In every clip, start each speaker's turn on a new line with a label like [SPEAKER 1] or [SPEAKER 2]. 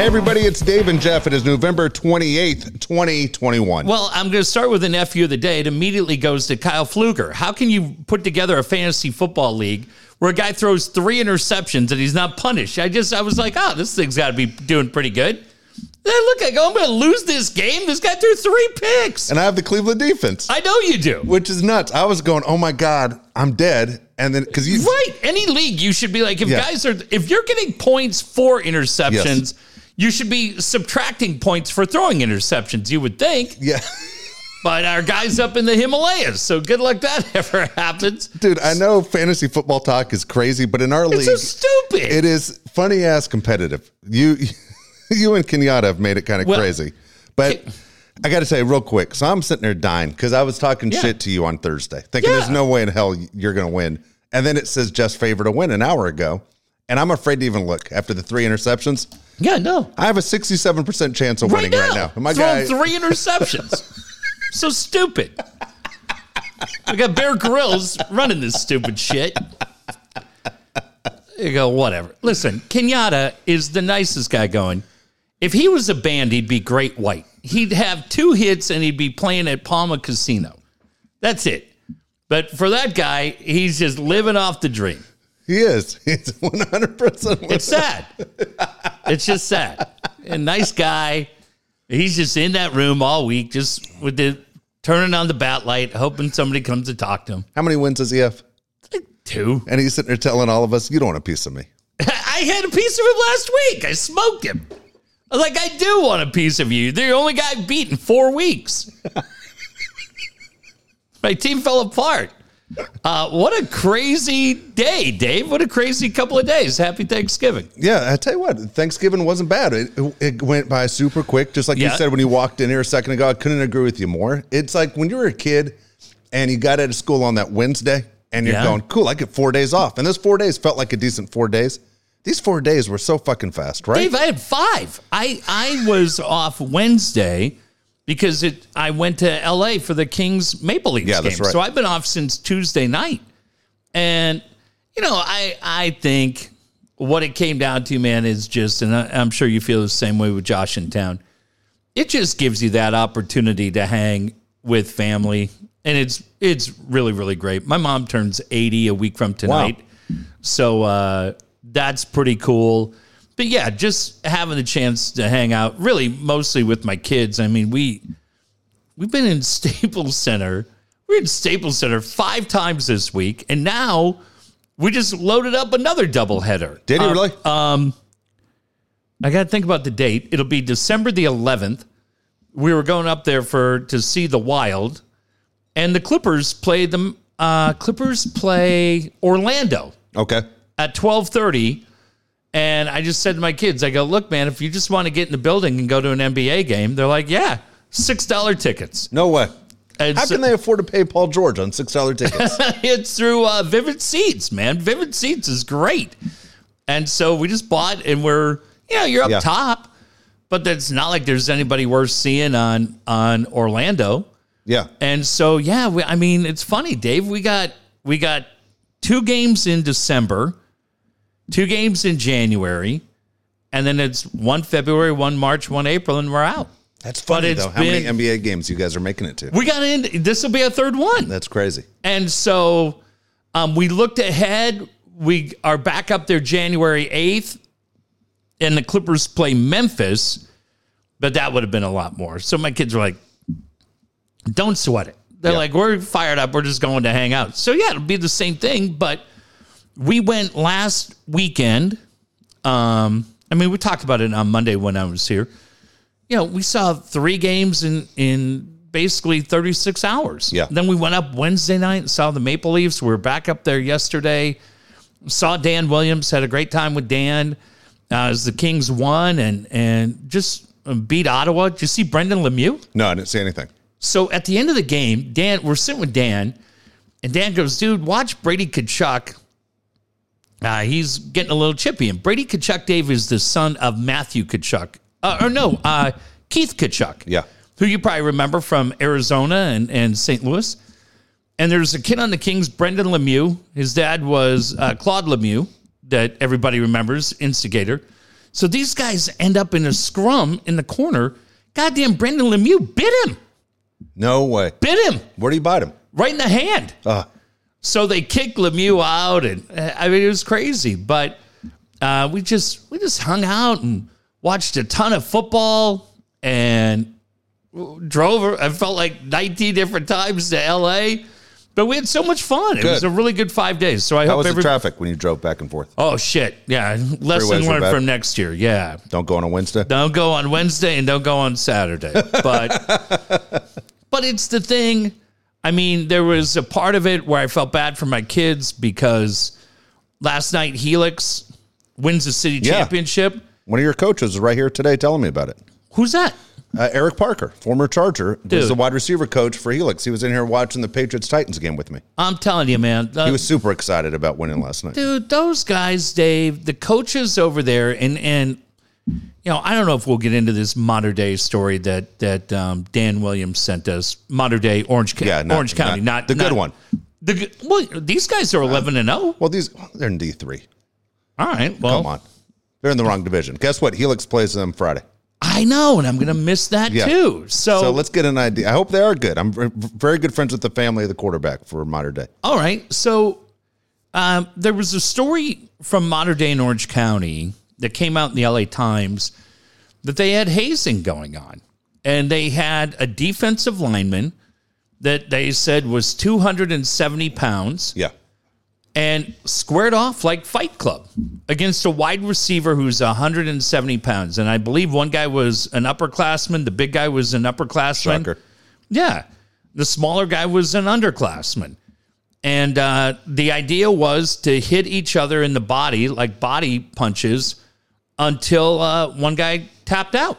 [SPEAKER 1] everybody. It's Dave and Jeff. It is November 28th, 2021.
[SPEAKER 2] Well, I'm going to start with an F you of the day. It immediately goes to Kyle Fluger. How can you put together a fantasy football league where a guy throws three interceptions and he's not punished? I just, I was like, oh, this thing's got to be doing pretty good. Then look, I go, I'm going to lose this game. This guy threw three picks.
[SPEAKER 1] and I have the Cleveland defense,
[SPEAKER 2] I know you do.
[SPEAKER 1] which is nuts. I was going, oh my God, I'm dead. And then, because you,
[SPEAKER 2] Right. Any league, you should be like, if
[SPEAKER 1] Yeah.
[SPEAKER 2] guys are, if you're getting points for interceptions, you should be subtracting points for throwing interceptions, you would think.
[SPEAKER 1] yeah,
[SPEAKER 2] But our guy's up in the Himalayas. So good luck that ever happens.
[SPEAKER 1] dude, I know fantasy football talk is crazy, but in our
[SPEAKER 2] It's
[SPEAKER 1] league,
[SPEAKER 2] so stupid.
[SPEAKER 1] it is funny ass competitive. You, you and Kenyatta have made it kind of
[SPEAKER 2] Well-
[SPEAKER 1] crazy, but. I got to say real quick. So I'm sitting there dying because I was talking
[SPEAKER 2] Yeah.
[SPEAKER 1] shit to you on Thursday, thinking
[SPEAKER 2] Yeah.
[SPEAKER 1] there's no way in hell you're going to win. And then it says Jeff's favor to win an hour ago, and I'm afraid to even look after the three interceptions.
[SPEAKER 2] yeah, no.
[SPEAKER 1] I have a 67% chance of
[SPEAKER 2] Right
[SPEAKER 1] winning
[SPEAKER 2] now.
[SPEAKER 1] right now. My
[SPEAKER 2] Thrown
[SPEAKER 1] guy,
[SPEAKER 2] three interceptions. so stupid. We got Bear Grylls running this stupid shit. You go, whatever. Listen, Kenyatta is the nicest guy going. If he was a band, he'd be great white. He'd have two hits and he'd be playing at Palma Casino. That's it. But for that guy, he's just living off the dream.
[SPEAKER 1] he is. He's 100%.
[SPEAKER 2] It's sad. it's just sad. A nice guy. He's just in that room all week, just with the turning on the bat light, hoping somebody comes to talk to him.
[SPEAKER 1] How many wins does he have?
[SPEAKER 2] Two.
[SPEAKER 1] And he's sitting there telling all of us, you don't want a piece of me.
[SPEAKER 2] I had a piece of him last week. I smoked him. I was like, I do want a piece of you. They're the only guy I've beat in four weeks. My team fell apart. Uh, what a crazy day, Dave. What a crazy couple of days. Happy Thanksgiving.
[SPEAKER 1] Yeah, I tell you what, Thanksgiving wasn't bad. It, it went by super quick, just like
[SPEAKER 2] Yeah.
[SPEAKER 1] you said when you walked in here a second ago. I couldn't agree with you more. It's like when you were a kid and you got out of school on that Wednesday and you're
[SPEAKER 2] Yeah.
[SPEAKER 1] going, cool, I get four days off. And those four days felt like a decent four days. These four days were so fucking fast, right?
[SPEAKER 2] Dave, I had five. I I was off Wednesday because it. I went to L.A. for the Kings Maple Leafs
[SPEAKER 1] Yeah,
[SPEAKER 2] game,
[SPEAKER 1] that's right.
[SPEAKER 2] so I've been off since Tuesday night. And you know, I I think what it came down to, man, is just, and I, I'm sure you feel the same way with Josh in town. It just gives you that opportunity to hang with family, and it's it's really really great. My mom turns 80 a week from tonight. So uh, that's pretty cool. But yeah, just having the chance to hang out, really mostly with my kids. I mean, we we've been in Staples Center. We're in Staples Center five times this week, and now we just loaded up another doubleheader.
[SPEAKER 1] Did he
[SPEAKER 2] Um,
[SPEAKER 1] really?
[SPEAKER 2] I got to think about the date. It'll be December the 11th. We were going up there for to see the Wild, and the Clippers play them. Uh, Clippers play Orlando
[SPEAKER 1] okay.
[SPEAKER 2] at 12:30 and I just said to my kids I go look man if you just want to get in the building and go to an NBA game they're like yeah $6 tickets
[SPEAKER 1] No way.
[SPEAKER 2] and
[SPEAKER 1] How
[SPEAKER 2] so-
[SPEAKER 1] can they afford to pay Paul George on $6 tickets?
[SPEAKER 2] it's through uh, Vivid Seats man Vivid Seats is great and so we just bought and we're you know you're up
[SPEAKER 1] Yeah.
[SPEAKER 2] top but that's not like there's anybody worth seeing on on Orlando
[SPEAKER 1] yeah.
[SPEAKER 2] And so, yeah, we, I mean, it's funny, Dave. We got we got two games in December, two games in January, and then it's one February, one March, one April, and we're out.
[SPEAKER 1] That's funny,
[SPEAKER 2] it's
[SPEAKER 1] though. How
[SPEAKER 2] been-
[SPEAKER 1] many NBA games you guys are making it to?
[SPEAKER 2] We got in. This will be a third one,
[SPEAKER 1] That's crazy.
[SPEAKER 2] and so um, we looked ahead. We are back up there January eighth, and the Clippers play Memphis, but that would have been a lot more. So my kids were like, don't sweat it. They're
[SPEAKER 1] Yeah.
[SPEAKER 2] like, we're fired up. We're just going to hang out. So yeah, it'll be the same thing. But we went last weekend. Um, I mean, we talked about it on Monday when I was here. You know, we saw three games in in basically 36 hours.
[SPEAKER 1] Yeah.
[SPEAKER 2] Then we went up Wednesday night and saw the Maple Leafs. We were back up there yesterday. Saw Dan Williams. Had a great time with Dan uh, as the Kings won and and just uh, beat Ottawa. Did you see Brendan Lemieux?
[SPEAKER 1] No, I didn't see anything.
[SPEAKER 2] So at the end of the game, Dan, we're sitting with Dan, and Dan goes, "Dude, watch Brady Kachuk. Uh, he's getting a little chippy." And Brady Kachuk, Dave, is the son of Matthew Kachuk, uh, or no, uh, Keith Kachuk,
[SPEAKER 1] Yeah.
[SPEAKER 2] who you probably remember from Arizona and and St. Louis. And there's a kid on the Kings, Brendan Lemieux. His dad was uh, Claude Lemieux, that everybody remembers, instigator. So these guys end up in a scrum in the corner. Goddamn, Brandon Lemieux bit him,
[SPEAKER 1] No way.
[SPEAKER 2] bit him
[SPEAKER 1] Where do you bite him?
[SPEAKER 2] right in the hand.
[SPEAKER 1] Uh,
[SPEAKER 2] So they kicked Lemieux out, and uh, I mean it was crazy. But uh, we just we just hung out and watched a ton of football and drove. I felt like nineteen different times to L.A. But we had so much fun. It
[SPEAKER 1] Good.
[SPEAKER 2] was a really good five days. So I
[SPEAKER 1] how
[SPEAKER 2] hope
[SPEAKER 1] was the
[SPEAKER 2] every
[SPEAKER 1] traffic when you drove back and forth?
[SPEAKER 2] oh shit yeah lesson
[SPEAKER 1] Freeways were
[SPEAKER 2] learned
[SPEAKER 1] bad.
[SPEAKER 2] from next year. Yeah,
[SPEAKER 1] Don't go on a Wednesday.
[SPEAKER 2] don't go on Wednesday and don't go on Saturday. But but it's the thing. I mean, there was a part of it where I felt bad for my kids because last night Helix wins the city
[SPEAKER 1] Yeah.
[SPEAKER 2] championship.
[SPEAKER 1] One of your coaches is right here today telling me about it.
[SPEAKER 2] Who's that?
[SPEAKER 1] Uh, Eric Parker, former Charger, was
[SPEAKER 2] Dude.
[SPEAKER 1] the wide receiver coach for Helix. He was in here watching the Patriots Titans game with me.
[SPEAKER 2] I'm telling you, man.
[SPEAKER 1] He
[SPEAKER 2] Uh,
[SPEAKER 1] was super excited about winning last night.
[SPEAKER 2] dude, those guys, Dave, the coaches over there, and and you know, I don't know if we'll get into this modern day story that that um, Dan Williams sent us. Modern day Orange, Co-
[SPEAKER 1] Yeah, not-
[SPEAKER 2] Orange County,
[SPEAKER 1] not-
[SPEAKER 2] not,
[SPEAKER 1] the good one.
[SPEAKER 2] The good- well, these guys are eleven and zero.
[SPEAKER 1] Well, these they're in D three.
[SPEAKER 2] All right, well,
[SPEAKER 1] Come on, they're in the wrong division. Guess what? Helix plays them Friday.
[SPEAKER 2] I know, and I'm gonna miss that
[SPEAKER 1] Yeah.
[SPEAKER 2] too. So,
[SPEAKER 1] So let's get an idea. I hope they are good. I'm v- very good friends with the family of the quarterback for modern day.
[SPEAKER 2] all right, so um, there was a story from modern day in Orange County that came out in the LA Times that they had hazing going on, and they had a defensive lineman that they said was 270 pounds
[SPEAKER 1] Yeah,
[SPEAKER 2] and squared off like Fight Club against a wide receiver who's 170 pounds, and I believe one guy was an upperclassman, the big guy was an upperclassman.
[SPEAKER 1] Parker.
[SPEAKER 2] Yeah. The smaller guy was an underclassman. And uh, the idea was to hit each other in the body, like body punches, until uh, one guy tapped out.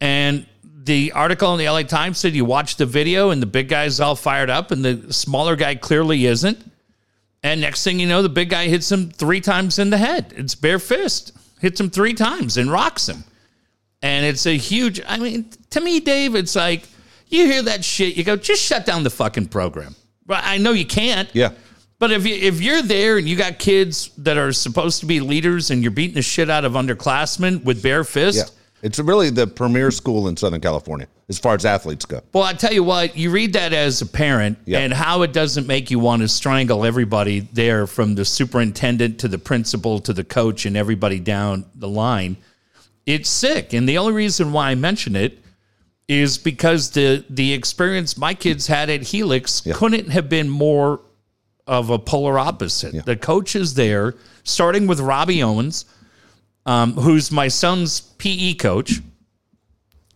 [SPEAKER 2] And the article in the LA Times said you watch the video and the big guy's all fired up and the smaller guy clearly isn't. And next thing you know, the big guy hits him three times in the head. It's bare fist, hits him three times and rocks him. And it's a huge, I mean, to me, Dave, it's like you hear that shit, you go, just shut down the fucking program. But I know you can't.
[SPEAKER 1] Yeah.
[SPEAKER 2] But if you if you're there and you got kids that are supposed to be leaders and you're beating the shit out of underclassmen with bare fist,
[SPEAKER 1] Yeah. It's really the premier school in Southern California as far as athletes go.
[SPEAKER 2] Well, I tell you what, you read that as a parent
[SPEAKER 1] Yeah.
[SPEAKER 2] and how it doesn't make you want to strangle everybody there from the superintendent to the principal to the coach and everybody down the line. It's sick. And the only reason why I mention it is because the the experience my kids had at Helix couldn't have been more of a polar opposite. The coaches there, starting with Robbie Owens, um, who's my son's PE coach.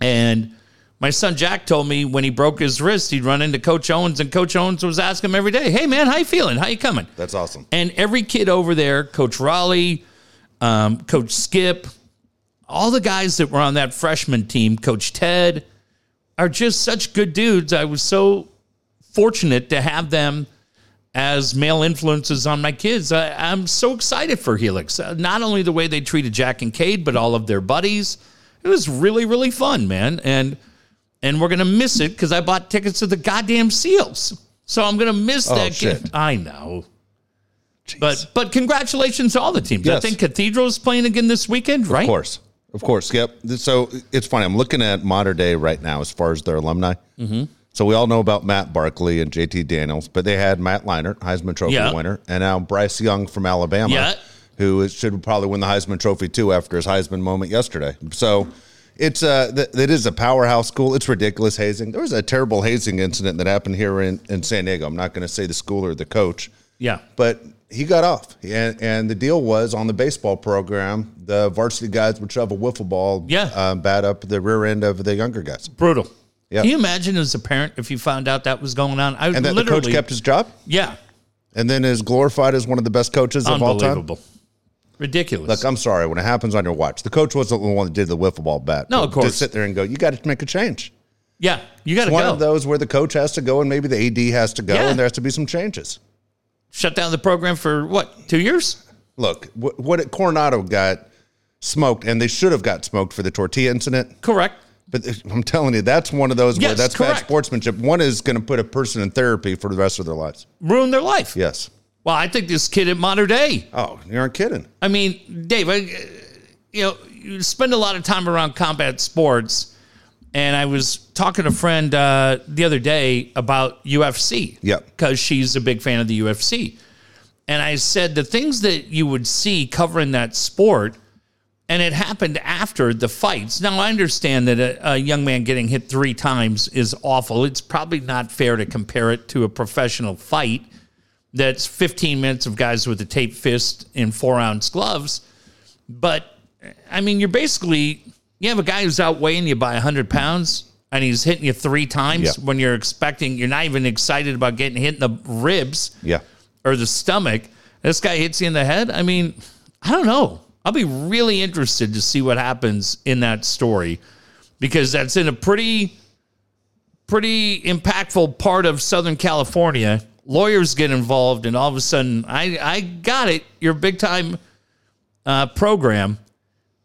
[SPEAKER 2] And my son Jack told me when he broke his wrist, he'd run into Coach Owens, and Coach Owens was asking him every day, "Hey man, how you feeling? How you coming?"
[SPEAKER 1] That's awesome.
[SPEAKER 2] And every kid over there, Coach Raleigh, um, Coach Skip, all the guys that were on that freshman team, Coach Ted, are just such good dudes. I was so fortunate to have them as male influences on my kids. I, I'm so excited for Helix. Uh, Not only the way they treated Jack and Cade, but all of their buddies. It was really, really fun, man. And and we're gonna miss it because I bought tickets to the goddamn Seals. So I'm gonna miss that
[SPEAKER 1] shit.
[SPEAKER 2] gift. I know. But but congratulations to all the teams. I
[SPEAKER 1] Yes.
[SPEAKER 2] think Cathedral's playing again this weekend, right?
[SPEAKER 1] Of course. Of course. Yep. So it's funny. I'm looking at modern day right now as far as their alumni. Mm-hmm. So we all know about Matt Barkley and JT Daniels, but they had Matt Leinart, Heisman Trophy
[SPEAKER 2] Yeah.
[SPEAKER 1] winner, and now Bryce Young from Alabama,
[SPEAKER 2] Yeah.
[SPEAKER 1] who is, should probably win the Heisman Trophy too after his Heisman moment yesterday. So it's a th- it is a powerhouse school. It's ridiculous hazing. There was a terrible hazing incident that happened here in, in San Diego. I'm not going to say the school or the coach,
[SPEAKER 2] Yeah.
[SPEAKER 1] but he got off. And, and the deal was on the baseball program, the varsity guys would shove a wiffle ball
[SPEAKER 2] Yeah.
[SPEAKER 1] um, bat up the rear end of the younger guys.
[SPEAKER 2] Brutal.
[SPEAKER 1] Yeah.
[SPEAKER 2] Can you imagine as a parent if you found out that was going on? I
[SPEAKER 1] And then the
[SPEAKER 2] literally
[SPEAKER 1] coach kept his job
[SPEAKER 2] Yeah.
[SPEAKER 1] and then is glorified as one of the best coaches of all time.
[SPEAKER 2] Unbelievable. Ridiculous.
[SPEAKER 1] Look, I'm sorry when it happens on your watch. The coach wasn't the one that did the wiffle ball bat.
[SPEAKER 2] No, of course.
[SPEAKER 1] Just sit there and go, you got to make a change.
[SPEAKER 2] yeah. You gotta
[SPEAKER 1] One
[SPEAKER 2] go.
[SPEAKER 1] of those where the coach has to go and maybe the AD has to go
[SPEAKER 2] Yeah.
[SPEAKER 1] and there has to be some changes.
[SPEAKER 2] Shut down the program for what, two years?
[SPEAKER 1] Look, what, what Coronado got smoked, and they should have got smoked for the tortilla incident.
[SPEAKER 2] Correct.
[SPEAKER 1] But I'm telling you, that's one of those where
[SPEAKER 2] Yes,
[SPEAKER 1] that's bad
[SPEAKER 2] correct.
[SPEAKER 1] sportsmanship. One is going to put a person in therapy for the rest of their lives.
[SPEAKER 2] Ruin their life.
[SPEAKER 1] Yes.
[SPEAKER 2] Well, I think this kid at modern day.
[SPEAKER 1] Oh, you aren't kidding.
[SPEAKER 2] I mean, Dave, I, you know, you spend a lot of time around combat sports. And I was talking to a friend uh, the other day about UFC.
[SPEAKER 1] Yep.
[SPEAKER 2] Because she's a big fan of the UFC. And I said the things that you would see covering that sport, and it happened after the fights. Now, I understand that a, a young man getting hit three times is awful. It's probably not fair to compare it to a professional fight that's 15 minutes of guys with a taped fist in four ounce gloves. But I mean, you're basically you have a guy who's outweighing you by 100 pounds and he's hitting you three times
[SPEAKER 1] Yeah.
[SPEAKER 2] when you're expecting you're not even excited about getting hit in the ribs
[SPEAKER 1] Yeah.
[SPEAKER 2] or the stomach. This guy hits you in the head. I mean, I don't know. I'll be really interested to see what happens in that story because that's in a pretty, pretty impactful part of Southern California. Lawyers get involved, and all of a sudden, I, I got it. You're a big time uh, program,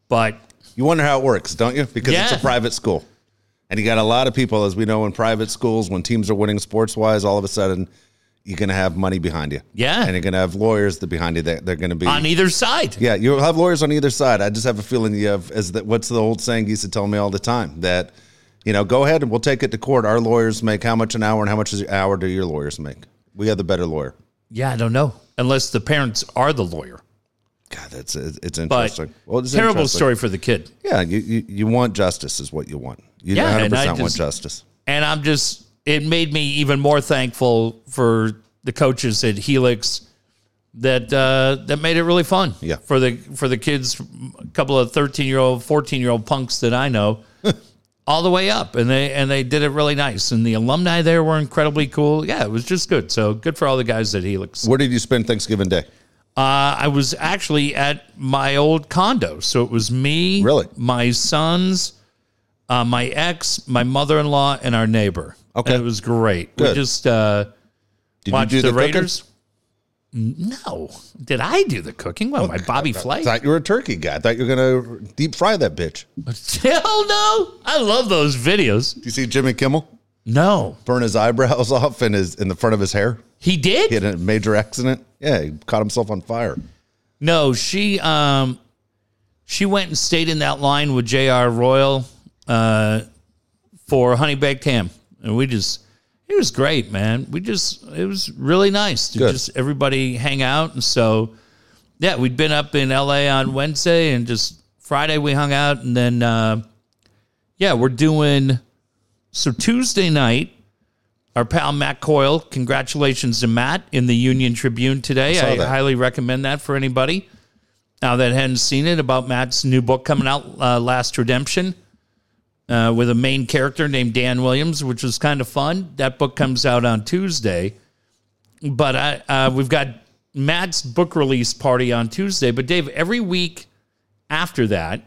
[SPEAKER 2] but
[SPEAKER 1] You wonder how it works, don't you? Because
[SPEAKER 2] Yeah.
[SPEAKER 1] it's a private school. And you got a lot of people, as we know, in private schools, when teams are winning sports wise, all of a sudden you're going to have money behind you.
[SPEAKER 2] Yeah.
[SPEAKER 1] And you're going to have lawyers that behind you that they're going to be.
[SPEAKER 2] on either side,
[SPEAKER 1] yeah, you'll have lawyers on either side. I just have a feeling you have, as that, what's the old saying you used to tell me all the time that, you know, go ahead and we'll take it to court. Our lawyers make how much an hour and how much an hour do your lawyers make? We have the better lawyer.
[SPEAKER 2] yeah, I don't know unless the parents are the lawyer.
[SPEAKER 1] God, that's it's
[SPEAKER 2] But
[SPEAKER 1] interesting. it's
[SPEAKER 2] terrible
[SPEAKER 1] interesting.
[SPEAKER 2] story for the kid.
[SPEAKER 1] Yeah, you, you you want justice is what you want. You
[SPEAKER 2] Yeah,
[SPEAKER 1] 100%
[SPEAKER 2] and I
[SPEAKER 1] want
[SPEAKER 2] just-
[SPEAKER 1] justice.
[SPEAKER 2] and I'm just it made me even more thankful for the coaches at Helix that uh, that made it really fun.
[SPEAKER 1] Yeah.
[SPEAKER 2] for the for the kids, a couple of thirteen year old, fourteen year old punks that I know, all the way up, and they and they did it really nice. And the alumni there were incredibly cool. Yeah, it was just good. So good for all the guys at Helix.
[SPEAKER 1] Where did you spend Thanksgiving Day?
[SPEAKER 2] Uh, I was actually at my old condo. So it was me,
[SPEAKER 1] Really?
[SPEAKER 2] my sons, uh, my ex, my mother in law, and our neighbor.
[SPEAKER 1] Okay.
[SPEAKER 2] And it was great. We
[SPEAKER 1] Good.
[SPEAKER 2] just uh,
[SPEAKER 1] Did
[SPEAKER 2] watched
[SPEAKER 1] you do
[SPEAKER 2] the,
[SPEAKER 1] the, cooking?
[SPEAKER 2] Raiders. No. Did I do the cooking? What am I, Bobby
[SPEAKER 1] I
[SPEAKER 2] Flay?
[SPEAKER 1] thought you were a turkey guy. I thought you were gonna deep fry that bitch. Did
[SPEAKER 2] Hell no. I love those videos.
[SPEAKER 1] you see Jimmy Kimmel
[SPEAKER 2] No.
[SPEAKER 1] burn his eyebrows off and his in the front of his hair?
[SPEAKER 2] He did?
[SPEAKER 1] He had a major accident. Yeah, he caught himself on fire.
[SPEAKER 2] No, she um she went and stayed in that line with J.R. Royal uh for honey baked ham. And we just it was great, man. We just it was really nice to
[SPEAKER 1] Good.
[SPEAKER 2] just everybody hang out and so yeah, we'd been up in LA on Wednesday and just Friday we hung out and then uh yeah, we're doing so Tuesday night our pal Matt Coyle, congratulations to Matt in the Union Tribune today.
[SPEAKER 1] saw
[SPEAKER 2] I,
[SPEAKER 1] that.
[SPEAKER 2] highly recommend that for anybody now that hadn't seen it about Matt's new book coming out, uh, Last Redemption, uh, with a main character named Dan Williams, which was kind of fun. That book comes out on Tuesday, but I, uh, we've got Matt's book release party on Tuesday. But Dave, every week after that,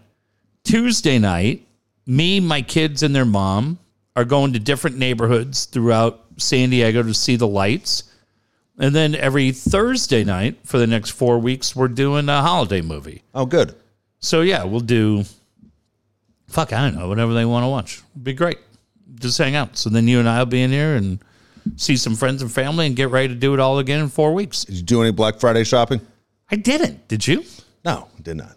[SPEAKER 2] Tuesday night, me, my kids, and their mom are going to different neighborhoods throughout San Diego to see the lights. And then every Thursday night for the next four weeks, we're doing a holiday movie.
[SPEAKER 1] Oh, good.
[SPEAKER 2] So yeah, we'll do. Fuck, I don't know. Whatever they want to watch, be great. Just hang out. So then you and I will be in here and see some friends and family and get ready to do it all again in four weeks.
[SPEAKER 1] Did you do any Black Friday shopping?
[SPEAKER 2] I didn't. Did you?
[SPEAKER 1] No, did not.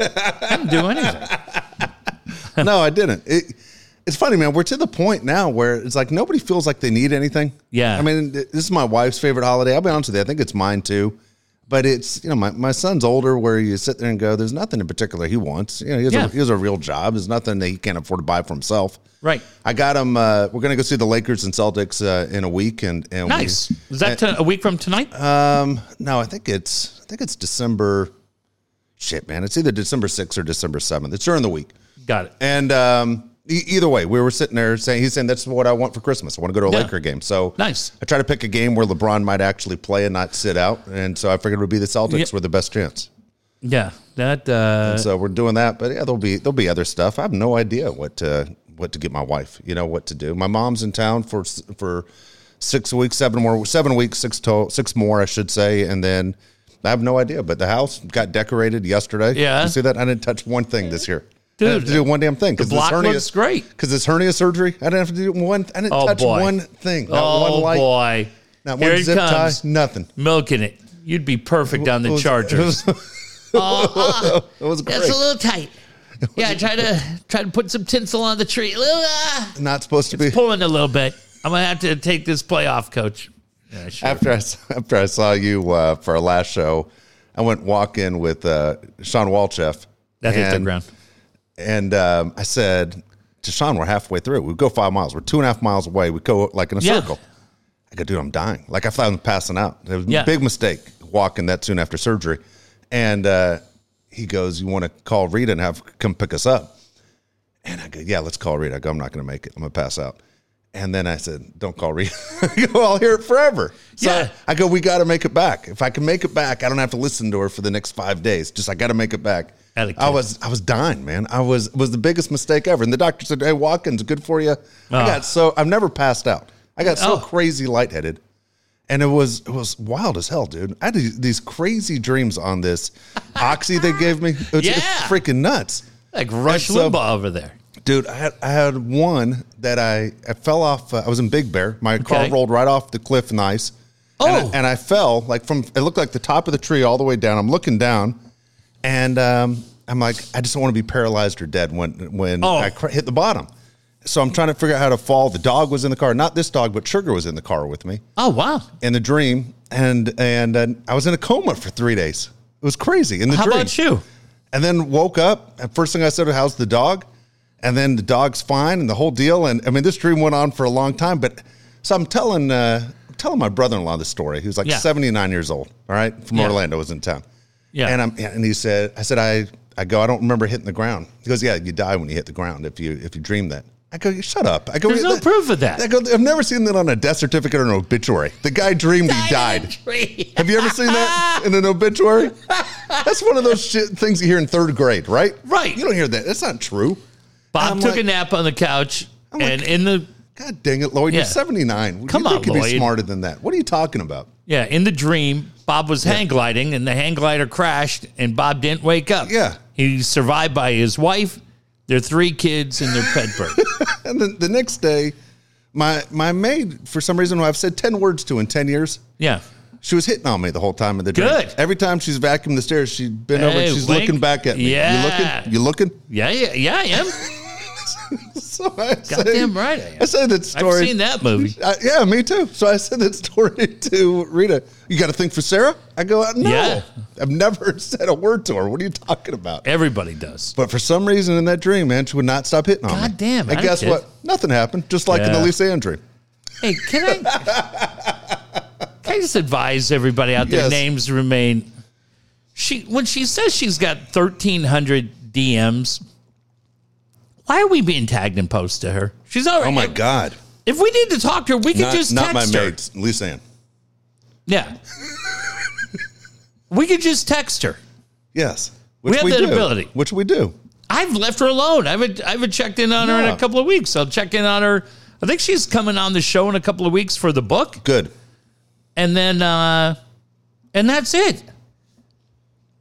[SPEAKER 2] I didn't do anything.
[SPEAKER 1] no, I didn't. It, it's funny, man. We're to the point now where it's like nobody feels like they need anything.
[SPEAKER 2] Yeah.
[SPEAKER 1] I mean, th- this is my wife's favorite holiday. I'll be honest with you. I think it's mine too. But it's, you know, my, my son's older where you sit there and go, there's nothing in particular he wants. You know, he has,
[SPEAKER 2] Yeah.
[SPEAKER 1] a, he has a real job. There's nothing that he can't afford to buy for himself.
[SPEAKER 2] Right.
[SPEAKER 1] I got him. Uh, we're going to go see the Lakers and Celtics uh, in a week. And, and we-
[SPEAKER 2] Nice. Is that to- a week from tonight?
[SPEAKER 1] no, I think it's I think it's December. Shit, man, it's either December sixth or December seventh. It's during the week.
[SPEAKER 2] Got it.
[SPEAKER 1] And um, e- either way, we were sitting there saying he's saying that's what I want for Christmas. I want to go to a
[SPEAKER 2] Yeah.
[SPEAKER 1] Laker game. So
[SPEAKER 2] Nice.
[SPEAKER 1] I try to pick a game where LeBron might actually play and not sit out. And so I figured it would be the Celtics
[SPEAKER 2] Yeah.
[SPEAKER 1] were the best chance.
[SPEAKER 2] Yeah. That. Uh,
[SPEAKER 1] So we're doing that. But yeah, there'll be there'll be other stuff. I have no idea what to what to get my wife. You know what to do. My mom's in town for s- for six weeks, seven more, seven weeks, six to, six more, I should say, and then. I have no idea, but the house got decorated yesterday.
[SPEAKER 2] Yeah.
[SPEAKER 1] you see that? I didn't touch one thing this year. I didn't have to
[SPEAKER 2] Dude,
[SPEAKER 1] do one damn thing. 'cause this
[SPEAKER 2] block
[SPEAKER 1] hernia-
[SPEAKER 2] looks great.
[SPEAKER 1] because it's hernia surgery. I didn't have to do one. I didn't
[SPEAKER 2] Oh,
[SPEAKER 1] touch
[SPEAKER 2] boy.
[SPEAKER 1] one thing. Not
[SPEAKER 2] oh
[SPEAKER 1] one light.
[SPEAKER 2] boy.
[SPEAKER 1] Not
[SPEAKER 2] Here
[SPEAKER 1] one
[SPEAKER 2] it
[SPEAKER 1] zip
[SPEAKER 2] comes.
[SPEAKER 1] tie. Nothing.
[SPEAKER 2] Milking it. You'd be perfect on
[SPEAKER 1] It
[SPEAKER 2] the
[SPEAKER 1] was-
[SPEAKER 2] Chargers.
[SPEAKER 1] it was-
[SPEAKER 2] Oh, ah,
[SPEAKER 1] That was great.
[SPEAKER 2] that's a little tight. Yeah, I try to try to put some tinsel on the tree. Little, ah,
[SPEAKER 1] Not supposed to be.
[SPEAKER 2] pulling a little bit. I'm gonna have to take this play off, coach. Yeah, sure.
[SPEAKER 1] After I s- after I saw you uh, for our last show, I went walk in with uh, Sean Walchef.
[SPEAKER 2] that hit the
[SPEAKER 1] and-
[SPEAKER 2] ground.
[SPEAKER 1] And um, I said to Sean, we're halfway through. We go five miles. We're two and a half miles away. We go like in a
[SPEAKER 2] Yeah.
[SPEAKER 1] circle. I go, dude, I'm dying. Like I thought I was passing out. It was
[SPEAKER 2] Yeah.
[SPEAKER 1] a big mistake walking that soon after surgery. And uh, he goes, you want to call Rita and have her come pick us up? And I go, yeah, let's call Rita. I go, I'm not going to make it. I'm going to pass out. And then I said, don't call Rita. I go, I'll hear it forever. So
[SPEAKER 2] Yeah.
[SPEAKER 1] I go, we got to make it back. If I can make it back, I don't have to listen to her for the next five days. Just I got to make it back.
[SPEAKER 2] Had a
[SPEAKER 1] I was I was dying, man. I was it was the biggest mistake ever. And the doctor said, "Hey, walking's good for you." I
[SPEAKER 2] Ah.
[SPEAKER 1] got so I've never passed out. I got so
[SPEAKER 2] Oh.
[SPEAKER 1] crazy lightheaded, and it was it was wild as hell, dude. I had these crazy dreams on this oxy they gave me. It's, it's
[SPEAKER 2] Yeah.
[SPEAKER 1] freaking nuts,
[SPEAKER 2] Like Rush
[SPEAKER 1] so-
[SPEAKER 2] Limbaugh over there.
[SPEAKER 1] dude. I had I had one that I I fell off. Uh, I was in Big Bear. My car
[SPEAKER 2] Okay.
[SPEAKER 1] rolled right off the cliff in the ice.
[SPEAKER 2] Oh.
[SPEAKER 1] and I, and I fell like from it looked like the top of the tree all the way down. I'm looking down, and um, I'm like, I just don't want to be paralyzed or dead when when
[SPEAKER 2] Oh.
[SPEAKER 1] I cr- hit the bottom. So I'm trying to figure out how to fall. The dog was in the car, not this dog, but Sugar was in the car with me
[SPEAKER 2] Oh wow.
[SPEAKER 1] in the dream, and and, uh, I was in a coma for three days. It was crazy in the
[SPEAKER 2] How
[SPEAKER 1] dream.
[SPEAKER 2] about you?
[SPEAKER 1] And then woke up, and first thing I said, was, "How's the dog?" And then the dog's fine, and the whole deal. And I mean, this dream went on for a long time. But so I'm telling, uh, I'm telling my brother-in-law the story. He was like
[SPEAKER 2] Yeah.
[SPEAKER 1] 79 years old. All right, from
[SPEAKER 2] Yeah.
[SPEAKER 1] Orlando, was in town.
[SPEAKER 2] Yeah.
[SPEAKER 1] And I'm, and he said, I said, I, I go, I don't remember hitting the ground. He goes, Yeah, you die when you hit the ground if you if you dream that. I go, shut up. I go,
[SPEAKER 2] There's no proof of that.
[SPEAKER 1] I go, I've never seen that on a death certificate or an obituary. The guy dreamed he died.
[SPEAKER 2] Tree.
[SPEAKER 1] Have you ever seen that in an obituary? That's one of those shit things you hear in third grade, right?
[SPEAKER 2] Right.
[SPEAKER 1] You don't hear that. That's not true.
[SPEAKER 2] Bob
[SPEAKER 1] I'm
[SPEAKER 2] took a
[SPEAKER 1] like-
[SPEAKER 2] nap on the couch
[SPEAKER 1] I'm like-
[SPEAKER 2] and in the
[SPEAKER 1] God dang it, Lloyd! You're
[SPEAKER 2] Yeah.
[SPEAKER 1] 79.
[SPEAKER 2] Come
[SPEAKER 1] you
[SPEAKER 2] on,
[SPEAKER 1] think you'd
[SPEAKER 2] Lloyd.
[SPEAKER 1] be smarter than that. What are you talking about?
[SPEAKER 2] yeah, in the dream, Bob was hang gliding and the hang glider crashed and Bob didn't wake up.
[SPEAKER 1] Yeah.
[SPEAKER 2] He survived by his wife, their three kids, and their pet bird.
[SPEAKER 1] And then the next day, my my maid, for some reason, who I've said 10 words to in 10 years,
[SPEAKER 2] Yeah.
[SPEAKER 1] she was hitting on me the whole time of the dream.
[SPEAKER 2] Good.
[SPEAKER 1] Every time she's vacuumed the stairs, she'd been over and
[SPEAKER 2] Hey,
[SPEAKER 1] she's
[SPEAKER 2] wink.
[SPEAKER 1] looking back at me.
[SPEAKER 2] Yeah.
[SPEAKER 1] You looking? You looking?
[SPEAKER 2] Yeah, yeah, yeah, I am.
[SPEAKER 1] So I
[SPEAKER 2] Goddamn right I am.
[SPEAKER 1] I said that
[SPEAKER 2] I've
[SPEAKER 1] story.
[SPEAKER 2] seen that movie.
[SPEAKER 1] I, Uh, yeah, me too. So I said that story to Rita. You got a thing for Sarah? I go, no.
[SPEAKER 2] Yeah.
[SPEAKER 1] I've never said a word to her. What are you talking about?
[SPEAKER 2] Everybody does.
[SPEAKER 1] But for some reason in that dream, man, she would not stop hitting on me.
[SPEAKER 2] God damn,
[SPEAKER 1] And
[SPEAKER 2] I
[SPEAKER 1] guess
[SPEAKER 2] did.
[SPEAKER 1] what? Nothing happened. Just like in the
[SPEAKER 2] Yeah.
[SPEAKER 1] Lisa Ann dream.
[SPEAKER 2] Hey, can I can I just advise everybody out there
[SPEAKER 1] Yes.
[SPEAKER 2] names remain she when she says she's got thirteen hundred DMs, why are we being tagged and post to her? She's already
[SPEAKER 1] Oh my God.
[SPEAKER 2] If we need to talk to her, we can
[SPEAKER 1] Not,
[SPEAKER 2] just
[SPEAKER 1] not
[SPEAKER 2] text
[SPEAKER 1] my
[SPEAKER 2] her.
[SPEAKER 1] maid, Lisa Ann.
[SPEAKER 2] Yeah. we could just text her.
[SPEAKER 1] Yes.
[SPEAKER 2] We have that
[SPEAKER 1] do.
[SPEAKER 2] ability.
[SPEAKER 1] Which we do.
[SPEAKER 2] I've left her alone. I haven't I haven't checked in on her in
[SPEAKER 1] Yeah.
[SPEAKER 2] a couple of weeks. I'll check in on her. I think she's coming on the show in a couple of weeks for the book.
[SPEAKER 1] Good.
[SPEAKER 2] And then uh and that's it.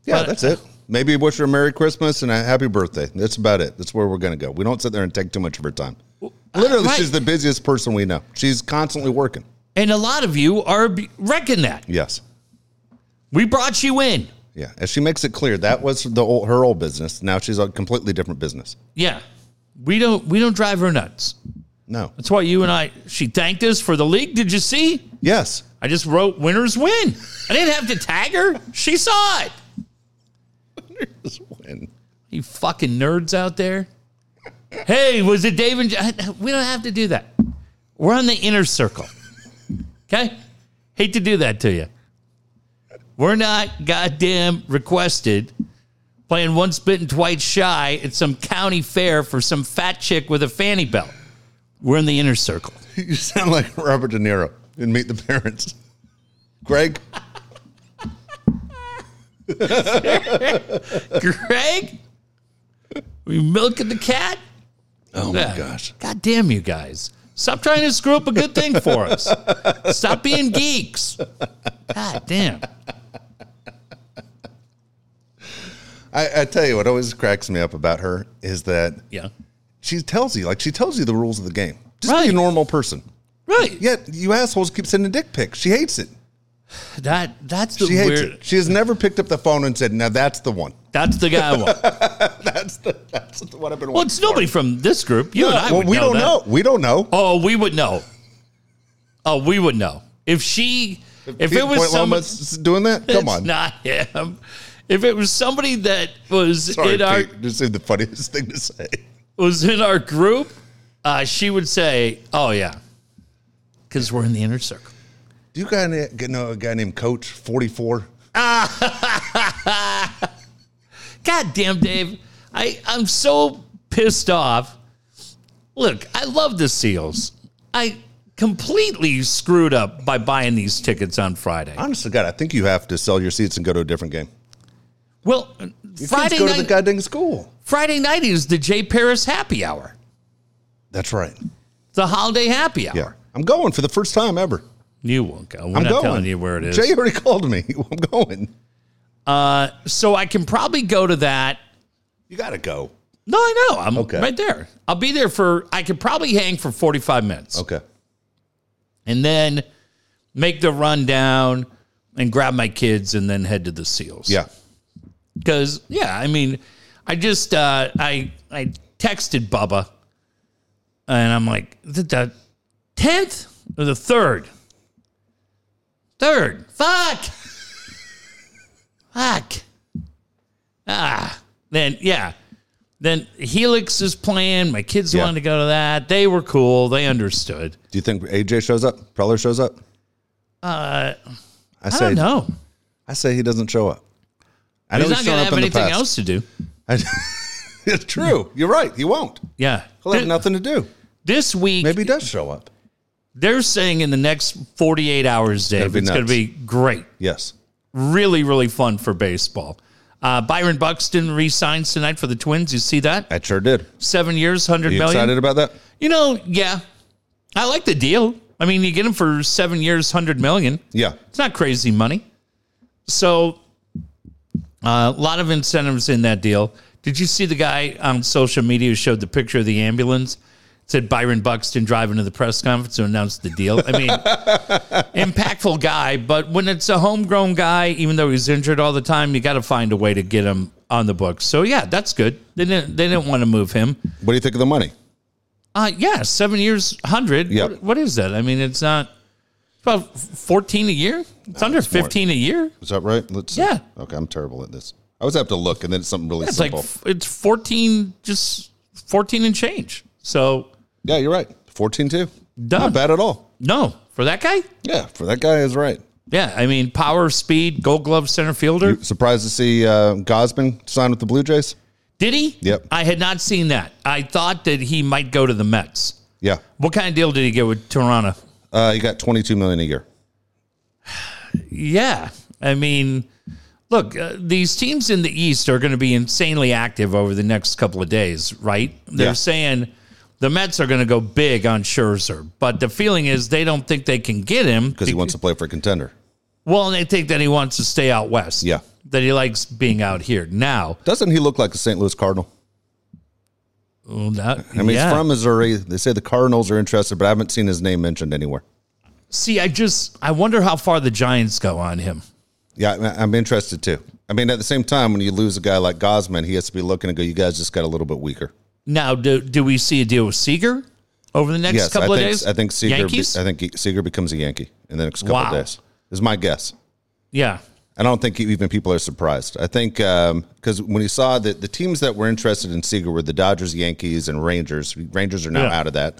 [SPEAKER 1] Yeah,
[SPEAKER 2] But-
[SPEAKER 1] that's it. Maybe wish her a Merry Christmas and a Happy Birthday. That's about it. That's where we're going to go. We don't sit there and take too much of her time. Literally,
[SPEAKER 2] uh, right.
[SPEAKER 1] she's the busiest person we know. She's constantly working.
[SPEAKER 2] And a lot of you are b- wrecking that.
[SPEAKER 1] Yes.
[SPEAKER 2] We brought you in.
[SPEAKER 1] Yeah, and she makes it clear that was the old, her old business. Now she's a completely different business.
[SPEAKER 2] Yeah. We don't we don't drive her nuts.
[SPEAKER 1] No.
[SPEAKER 2] That's why you and I she thanked us for the league. Did you see?
[SPEAKER 1] Yes.
[SPEAKER 2] I just wrote winners win. I didn't have to tag her. She saw it.
[SPEAKER 1] This win.
[SPEAKER 2] You fucking nerds out there. Hey, was it Dave and Jo- We don't have to do that. We're on the inner circle. Okay? Hate to do that to you. We're not goddamn requested playing once bitten, twice shy at some county fair for some fat chick with a fanny belt. We're in the inner circle.
[SPEAKER 1] You sound like Robert De Niro in Meet the Parents. Greg,
[SPEAKER 2] Greg, we milking the cat?
[SPEAKER 1] oh
[SPEAKER 2] Yeah.
[SPEAKER 1] my gosh.
[SPEAKER 2] God damn you guys. Stop trying to screw up a good thing for us. Stop being geeks. God damn.
[SPEAKER 1] I, I tell you what always cracks me up about her is that
[SPEAKER 2] Yeah.
[SPEAKER 1] she tells you, like, she tells you the rules of the game. Just be
[SPEAKER 2] Right.
[SPEAKER 1] a normal person.
[SPEAKER 2] Right.
[SPEAKER 1] Yet you assholes keep sending dick pics. She hates it.
[SPEAKER 2] That that's the
[SPEAKER 1] She hates
[SPEAKER 2] weird.
[SPEAKER 1] it. She has never picked up the phone and said, "Now that's the one.
[SPEAKER 2] That's the guy I want.
[SPEAKER 1] That's the that's the one I've been."
[SPEAKER 2] Well, it's nobody from this group. You and I.
[SPEAKER 1] well,
[SPEAKER 2] would
[SPEAKER 1] we
[SPEAKER 2] know
[SPEAKER 1] don't
[SPEAKER 2] that.
[SPEAKER 1] know. We don't know.
[SPEAKER 2] Oh, we would know. Oh, we would know if she. If it was
[SPEAKER 1] Point
[SPEAKER 2] someone,
[SPEAKER 1] Loma's doing that, come
[SPEAKER 2] it's
[SPEAKER 1] on.
[SPEAKER 2] not him. If it was somebody that was
[SPEAKER 1] Sorry,
[SPEAKER 2] in our
[SPEAKER 1] Pete. This is the funniest thing to say.
[SPEAKER 2] was in our group, uh, she would say, "Oh yeah," because we're in the inner circle.
[SPEAKER 1] Do you guys know a guy named Coach Forty Four?
[SPEAKER 2] God damn, Dave, I I'm so pissed off. Look, I love the Seals. I completely screwed up by buying these tickets on Friday.
[SPEAKER 1] Honestly, God, I think you have to sell your seats and go to a different game.
[SPEAKER 2] Well,
[SPEAKER 1] Your
[SPEAKER 2] Friday
[SPEAKER 1] kids go
[SPEAKER 2] night.
[SPEAKER 1] to the goddamn school.
[SPEAKER 2] Friday night is the Jay Paris happy hour,
[SPEAKER 1] That's right.
[SPEAKER 2] the holiday happy hour.
[SPEAKER 1] Yeah, I'm going for the first time ever.
[SPEAKER 2] You won't go. We're
[SPEAKER 1] I'm
[SPEAKER 2] not
[SPEAKER 1] going.
[SPEAKER 2] telling you where it is. Uh,
[SPEAKER 1] Jay already called me. I'm going.
[SPEAKER 2] so I can probably go to that.
[SPEAKER 1] You got to go.
[SPEAKER 2] No, I know. I'm
[SPEAKER 1] Okay.
[SPEAKER 2] right there. I'll be there for, I could probably hang for 45 minutes
[SPEAKER 1] Okay.
[SPEAKER 2] and then make the run down and grab my kids and then head to the SEALs.
[SPEAKER 1] Yeah.
[SPEAKER 2] Because, yeah, I mean, I just, uh, I, I texted Bubba and I'm like, the, the 10th or the 3rd? 3rd. Fuck. Fuck. Ah. Then, yeah. Then Helix is playing. My kids
[SPEAKER 1] Yeah.
[SPEAKER 2] wanted to go to that. They were cool. They understood.
[SPEAKER 1] Do you think AJ shows up? Preller shows up? Uh, I
[SPEAKER 2] I
[SPEAKER 1] say
[SPEAKER 2] don't know.
[SPEAKER 1] I say he doesn't show up. I
[SPEAKER 2] He's
[SPEAKER 1] know
[SPEAKER 2] not
[SPEAKER 1] he's
[SPEAKER 2] going
[SPEAKER 1] shown
[SPEAKER 2] to
[SPEAKER 1] up
[SPEAKER 2] have
[SPEAKER 1] in the
[SPEAKER 2] anything
[SPEAKER 1] past.
[SPEAKER 2] else to do.
[SPEAKER 1] it's true. You're right. He won't.
[SPEAKER 2] Yeah.
[SPEAKER 1] He'll have
[SPEAKER 2] Th-
[SPEAKER 1] nothing to do.
[SPEAKER 2] This week,
[SPEAKER 1] Maybe he does show up.
[SPEAKER 2] they're saying in the next 48 hours, Dave,
[SPEAKER 1] be
[SPEAKER 2] it's going to
[SPEAKER 1] nuts.
[SPEAKER 2] be great.
[SPEAKER 1] Yes.
[SPEAKER 2] Really, really fun for baseball. Uh, Byron Buxton re-signs tonight for the Twins. You see that?
[SPEAKER 1] I sure did.
[SPEAKER 2] Seven years, hundred
[SPEAKER 1] You
[SPEAKER 2] million.
[SPEAKER 1] excited about that?
[SPEAKER 2] You know, yeah, I like the deal. I mean, you get him for seven years, hundred million.
[SPEAKER 1] Yeah.
[SPEAKER 2] It's not crazy money. So, uh, a lot of incentives in that deal. Did you see the guy on social media who showed the picture of the ambulance? It said Byron Buxton driving to the press conference to announce the deal. I mean, impactful guy, but when it's a homegrown guy, even though he's injured all the time, you got to find a way to get him on the books. So yeah, that's good. They didn't they didn't want to move him.
[SPEAKER 1] What do you think of the money?
[SPEAKER 2] Uh, yeah, seven years, hundred.
[SPEAKER 1] Yeah.
[SPEAKER 2] What, what is that? I mean, it's not it's about fourteen a year. It's under
[SPEAKER 1] more.
[SPEAKER 2] fifteen a year.
[SPEAKER 1] Is that right? Let's see.
[SPEAKER 2] Yeah.
[SPEAKER 1] Okay, I'm terrible at this. I always have to look, and then it's something really
[SPEAKER 2] It's like
[SPEAKER 1] simple.
[SPEAKER 2] f- it's fourteen, just fourteen and change. So
[SPEAKER 1] yeah, you're right. 14-2.
[SPEAKER 2] Done.
[SPEAKER 1] Not bad at all.
[SPEAKER 2] no, for that guy,
[SPEAKER 1] Yeah, for that guy is right.
[SPEAKER 2] yeah. I mean, power, speed, Gold Glove center fielder.
[SPEAKER 1] Surprised to see uh, Gosman sign with the Blue Jays?
[SPEAKER 2] Did he?
[SPEAKER 1] Yep.
[SPEAKER 2] I had not seen that. I thought that he might go to the Mets.
[SPEAKER 1] Yeah.
[SPEAKER 2] What kind of deal did he get with Toronto?
[SPEAKER 1] Uh, he got 22 million a year.
[SPEAKER 2] Yeah. I mean, look, uh, these teams in the East are going to be insanely active over the next couple of days, right? They're
[SPEAKER 1] Yeah.
[SPEAKER 2] saying the Mets are going to go big on Scherzer, but the feeling is they don't think they can get him.
[SPEAKER 1] because he wants to play for a contender.
[SPEAKER 2] Well, and they think that he wants to stay out west.
[SPEAKER 1] Yeah.
[SPEAKER 2] That he likes being out here. Now,
[SPEAKER 1] Doesn't he look like a St. Louis Cardinal?
[SPEAKER 2] well, that,
[SPEAKER 1] I mean,
[SPEAKER 2] yeah.
[SPEAKER 1] he's from Missouri. They say the Cardinals are interested, but I haven't seen his name mentioned anywhere.
[SPEAKER 2] see, I just, I wonder how far the Giants go on him.
[SPEAKER 1] Yeah, I- I'm interested too. I mean, at the same time, when you lose a guy like Gosman, he has to be looking and go, "You guys just got a little bit weaker."
[SPEAKER 2] Now, do, do we see a deal with Seager over the next
[SPEAKER 1] Yes, I
[SPEAKER 2] couple
[SPEAKER 1] think
[SPEAKER 2] of days?
[SPEAKER 1] I think Seager. Be,
[SPEAKER 2] Yankees?
[SPEAKER 1] I think Seager becomes a Yankee in the next couple
[SPEAKER 2] Wow.
[SPEAKER 1] of days. Is my guess.
[SPEAKER 2] yeah.
[SPEAKER 1] I don't think even people are surprised. I think because when you saw that the teams that were interested in Seager were the Dodgers, Yankees, and Rangers. Rangers are now
[SPEAKER 2] Yeah.
[SPEAKER 1] out of that.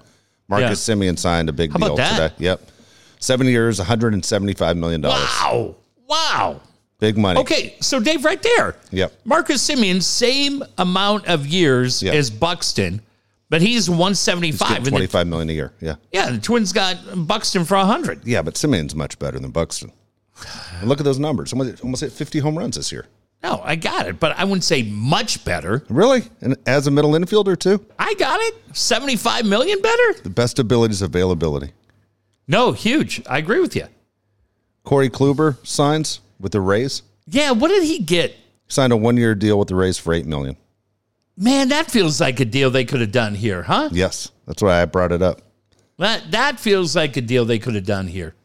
[SPEAKER 1] Marcus
[SPEAKER 2] Yeah.
[SPEAKER 1] Simeon signed a big
[SPEAKER 2] about
[SPEAKER 1] deal
[SPEAKER 2] that?
[SPEAKER 1] today. Yep, seven years, one hundred and seventy-five million dollars.
[SPEAKER 2] Wow. Wow.
[SPEAKER 1] Big money.
[SPEAKER 2] Okay, so Dave, right there.
[SPEAKER 1] Yep.
[SPEAKER 2] Marcus Simeon, same amount of years
[SPEAKER 1] Yeah.
[SPEAKER 2] as Buxton, but he's 175.
[SPEAKER 1] Getting
[SPEAKER 2] and the-
[SPEAKER 1] twenty-five million a year. Yeah,
[SPEAKER 2] yeah, the Twins got Buxton for 100.
[SPEAKER 1] yeah, but Simeon's much better than Buxton. And look at those numbers. Almost, almost hit fifty home runs this year.
[SPEAKER 2] No, I got it, but I wouldn't say much better.
[SPEAKER 1] Really, and as a middle infielder too,
[SPEAKER 2] I got it. 75 million better?
[SPEAKER 1] the best ability is availability.
[SPEAKER 2] No, huge. I agree with you.
[SPEAKER 1] Corey Kluber signs with the Rays.
[SPEAKER 2] Yeah, what did he get?
[SPEAKER 1] Signed a one-year deal with the Rays for eight million.
[SPEAKER 2] Man, that feels like a deal they could have done here, huh?
[SPEAKER 1] Yes, that's why I brought it up.
[SPEAKER 2] That that feels like a deal they could have done here.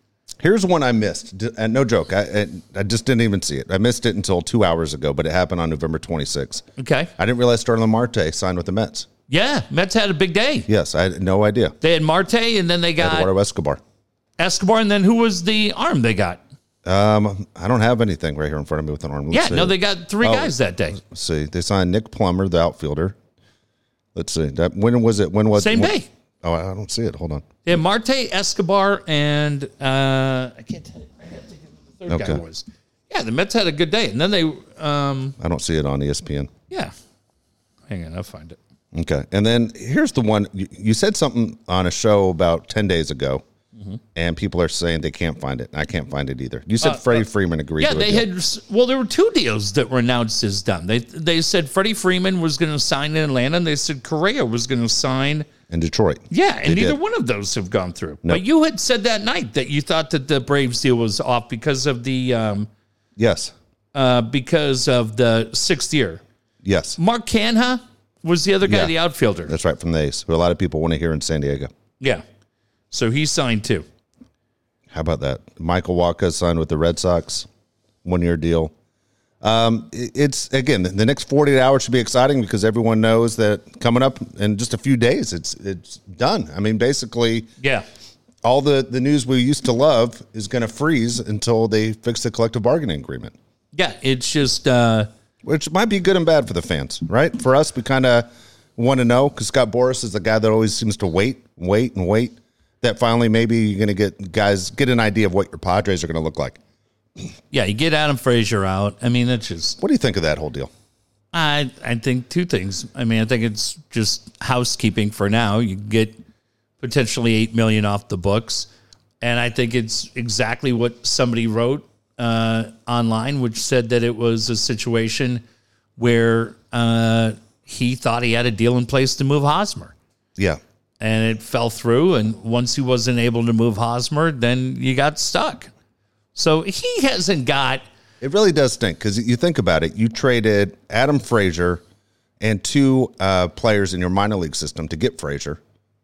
[SPEAKER 1] Here's one I missed. D- And no joke, I, I I just didn't even see it. I missed it until two hours ago, but it happened on November 26th.
[SPEAKER 2] Okay.
[SPEAKER 1] I didn't realize Starlin Marte signed with the Mets.
[SPEAKER 2] Yeah, Mets had a big day.
[SPEAKER 1] Yes, I had no idea.
[SPEAKER 2] They had Marte, and then they got
[SPEAKER 1] Eduardo Escobar.
[SPEAKER 2] Escobar, and then who was the arm they got?
[SPEAKER 1] Um, I don't have anything right here in front of me with an arm.
[SPEAKER 2] Yeah,
[SPEAKER 1] Let's see.
[SPEAKER 2] no, they got
[SPEAKER 1] Oh.
[SPEAKER 2] three guys that day.
[SPEAKER 1] Let's see. They signed Nick Plummer, the outfielder. Let's see. That when was it? When was
[SPEAKER 2] Same
[SPEAKER 1] when-
[SPEAKER 2] day.
[SPEAKER 1] Oh, I I don't see it. Hold on.
[SPEAKER 2] They had Marte, Escobar, and uh, I can't tell you. I have to get who the third guy
[SPEAKER 1] Okay.
[SPEAKER 2] was. Yeah, the Mets had a good day, and then they, um,
[SPEAKER 1] I don't see it on E ESPN.
[SPEAKER 2] yeah. Hang on, I'll find it.
[SPEAKER 1] Okay. And then here's the one you, you said something on a show about 10 days ago, and people are saying they can't find it. I can't find it either. You said Freddie Freeman agreed
[SPEAKER 2] Uh, Yeah,
[SPEAKER 1] to
[SPEAKER 2] they
[SPEAKER 1] it.
[SPEAKER 2] had. Well, there were two deals that were announced as done. They they said Freddie Freeman was going to sign in Atlanta, and they said Correa was going to sign.
[SPEAKER 1] in Detroit.
[SPEAKER 2] Yeah, and
[SPEAKER 1] They
[SPEAKER 2] neither
[SPEAKER 1] did.
[SPEAKER 2] one of those have gone through. But you had said that night that you thought that the Braves deal was off because of the um,
[SPEAKER 1] Yes.
[SPEAKER 2] uh, because of the sixth year.
[SPEAKER 1] Yes.
[SPEAKER 2] Mark Canha was the other guy,
[SPEAKER 1] Yeah.
[SPEAKER 2] the outfielder.
[SPEAKER 1] That's right from the A's, who a lot of people want to hear in San Diego.
[SPEAKER 2] Yeah, so he signed too.
[SPEAKER 1] How about that? Michael Wacha signed with the Red Sox, one year deal. Um, i- it's again the next 48 hours should be exciting because everyone knows that coming up in just a few days, it's it's done. I mean, basically,
[SPEAKER 2] Yeah,
[SPEAKER 1] all the the news we used to love is going to freeze until they fix the collective bargaining agreement,
[SPEAKER 2] yeah. It's just uh,
[SPEAKER 1] which might be good and bad for the fans, right? For us, we kind of want to know because Scott Boris is the guy that always seems to wait, wait, and wait. That finally, maybe you're going to get guys get an idea of what your Padres are going to look like.
[SPEAKER 2] yeah. You get Adam Frazier out. I mean, that's just
[SPEAKER 1] What do you think of that whole deal?
[SPEAKER 2] I I think two things. I mean, I think it's just housekeeping for now. You get potentially eight million off the books, and I think it's exactly what somebody wrote uh, online, which said that it was a situation where uh, he thought he had a deal in place to move Hosmer,
[SPEAKER 1] Yeah.
[SPEAKER 2] and it fell through. And once he wasn't able to move Hosmer, then you got stuck. So he hasn't got.
[SPEAKER 1] It really does stink because you think about it. You traded Adam Frazier and two uh, players in your minor league system to get Frazier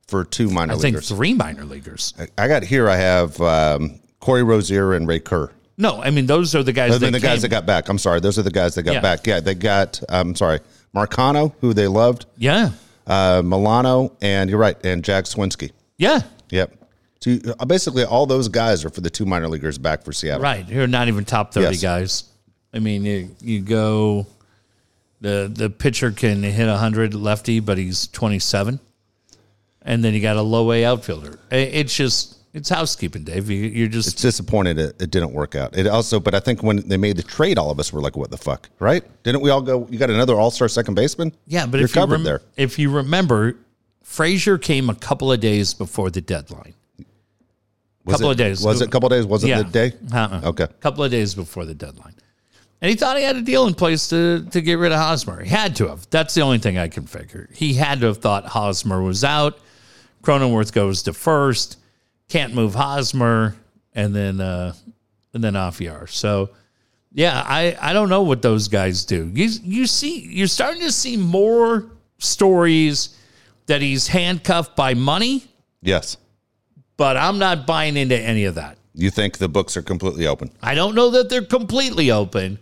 [SPEAKER 1] for two minor
[SPEAKER 2] I think
[SPEAKER 1] leaguers.
[SPEAKER 2] three minor leaguers.
[SPEAKER 1] I got here, I have um, Corey Rozier and Ray Kerr.
[SPEAKER 2] No, I mean those are the
[SPEAKER 1] I
[SPEAKER 2] guys.
[SPEAKER 1] mean, the
[SPEAKER 2] that
[SPEAKER 1] guys
[SPEAKER 2] came.
[SPEAKER 1] that got back. I'm sorry. Those are the guys that got
[SPEAKER 2] Yeah.
[SPEAKER 1] back. Yeah, they got, I'm sorry, Marcano, who they loved,
[SPEAKER 2] Yeah.
[SPEAKER 1] uh, Milano, and you're right, and Jack Swinsky.
[SPEAKER 2] Yeah.
[SPEAKER 1] Yep. So you- basically, all those guys are for the two minor leaguers back for Seattle.
[SPEAKER 2] Right. You're not even top 30
[SPEAKER 1] Yes.
[SPEAKER 2] guys. I mean, you, you go, the, the pitcher can hit 100 lefty, but he's 27. And then you got a low A outfielder. I- It's just, it's housekeeping, Dave. You, you're just,
[SPEAKER 1] It's disappointed it, it didn't work out. It also, but I think when they made the trade, all of us were like, "What the fuck?" Right? Didn't we all go? You got another All Star second baseman?
[SPEAKER 2] yeah, but
[SPEAKER 1] you're
[SPEAKER 2] if you,
[SPEAKER 1] covered
[SPEAKER 2] rem-
[SPEAKER 1] there.
[SPEAKER 2] if you remember, Frazier came a couple of days before the deadline.
[SPEAKER 1] Was
[SPEAKER 2] couple
[SPEAKER 1] it,
[SPEAKER 2] of days.
[SPEAKER 1] Was it a couple of days? Wasn't
[SPEAKER 2] Yeah.
[SPEAKER 1] the day?
[SPEAKER 2] Uh-uh.
[SPEAKER 1] Okay.
[SPEAKER 2] A couple of days before the deadline. And he thought he had a deal in place to, to get rid of Hosmer. He had to have. That's the only thing I can figure. He had to have thought Hosmer was out. Cronenworth goes to first. Can't move Hosmer. And then uh and then off you are. So yeah, I, I don't know what those guys do. You you see you're starting to see more stories that he's handcuffed by money,
[SPEAKER 1] Yes.
[SPEAKER 2] but I'm not buying into any of that.
[SPEAKER 1] You think the books are completely open?
[SPEAKER 2] I don't know that they're completely open,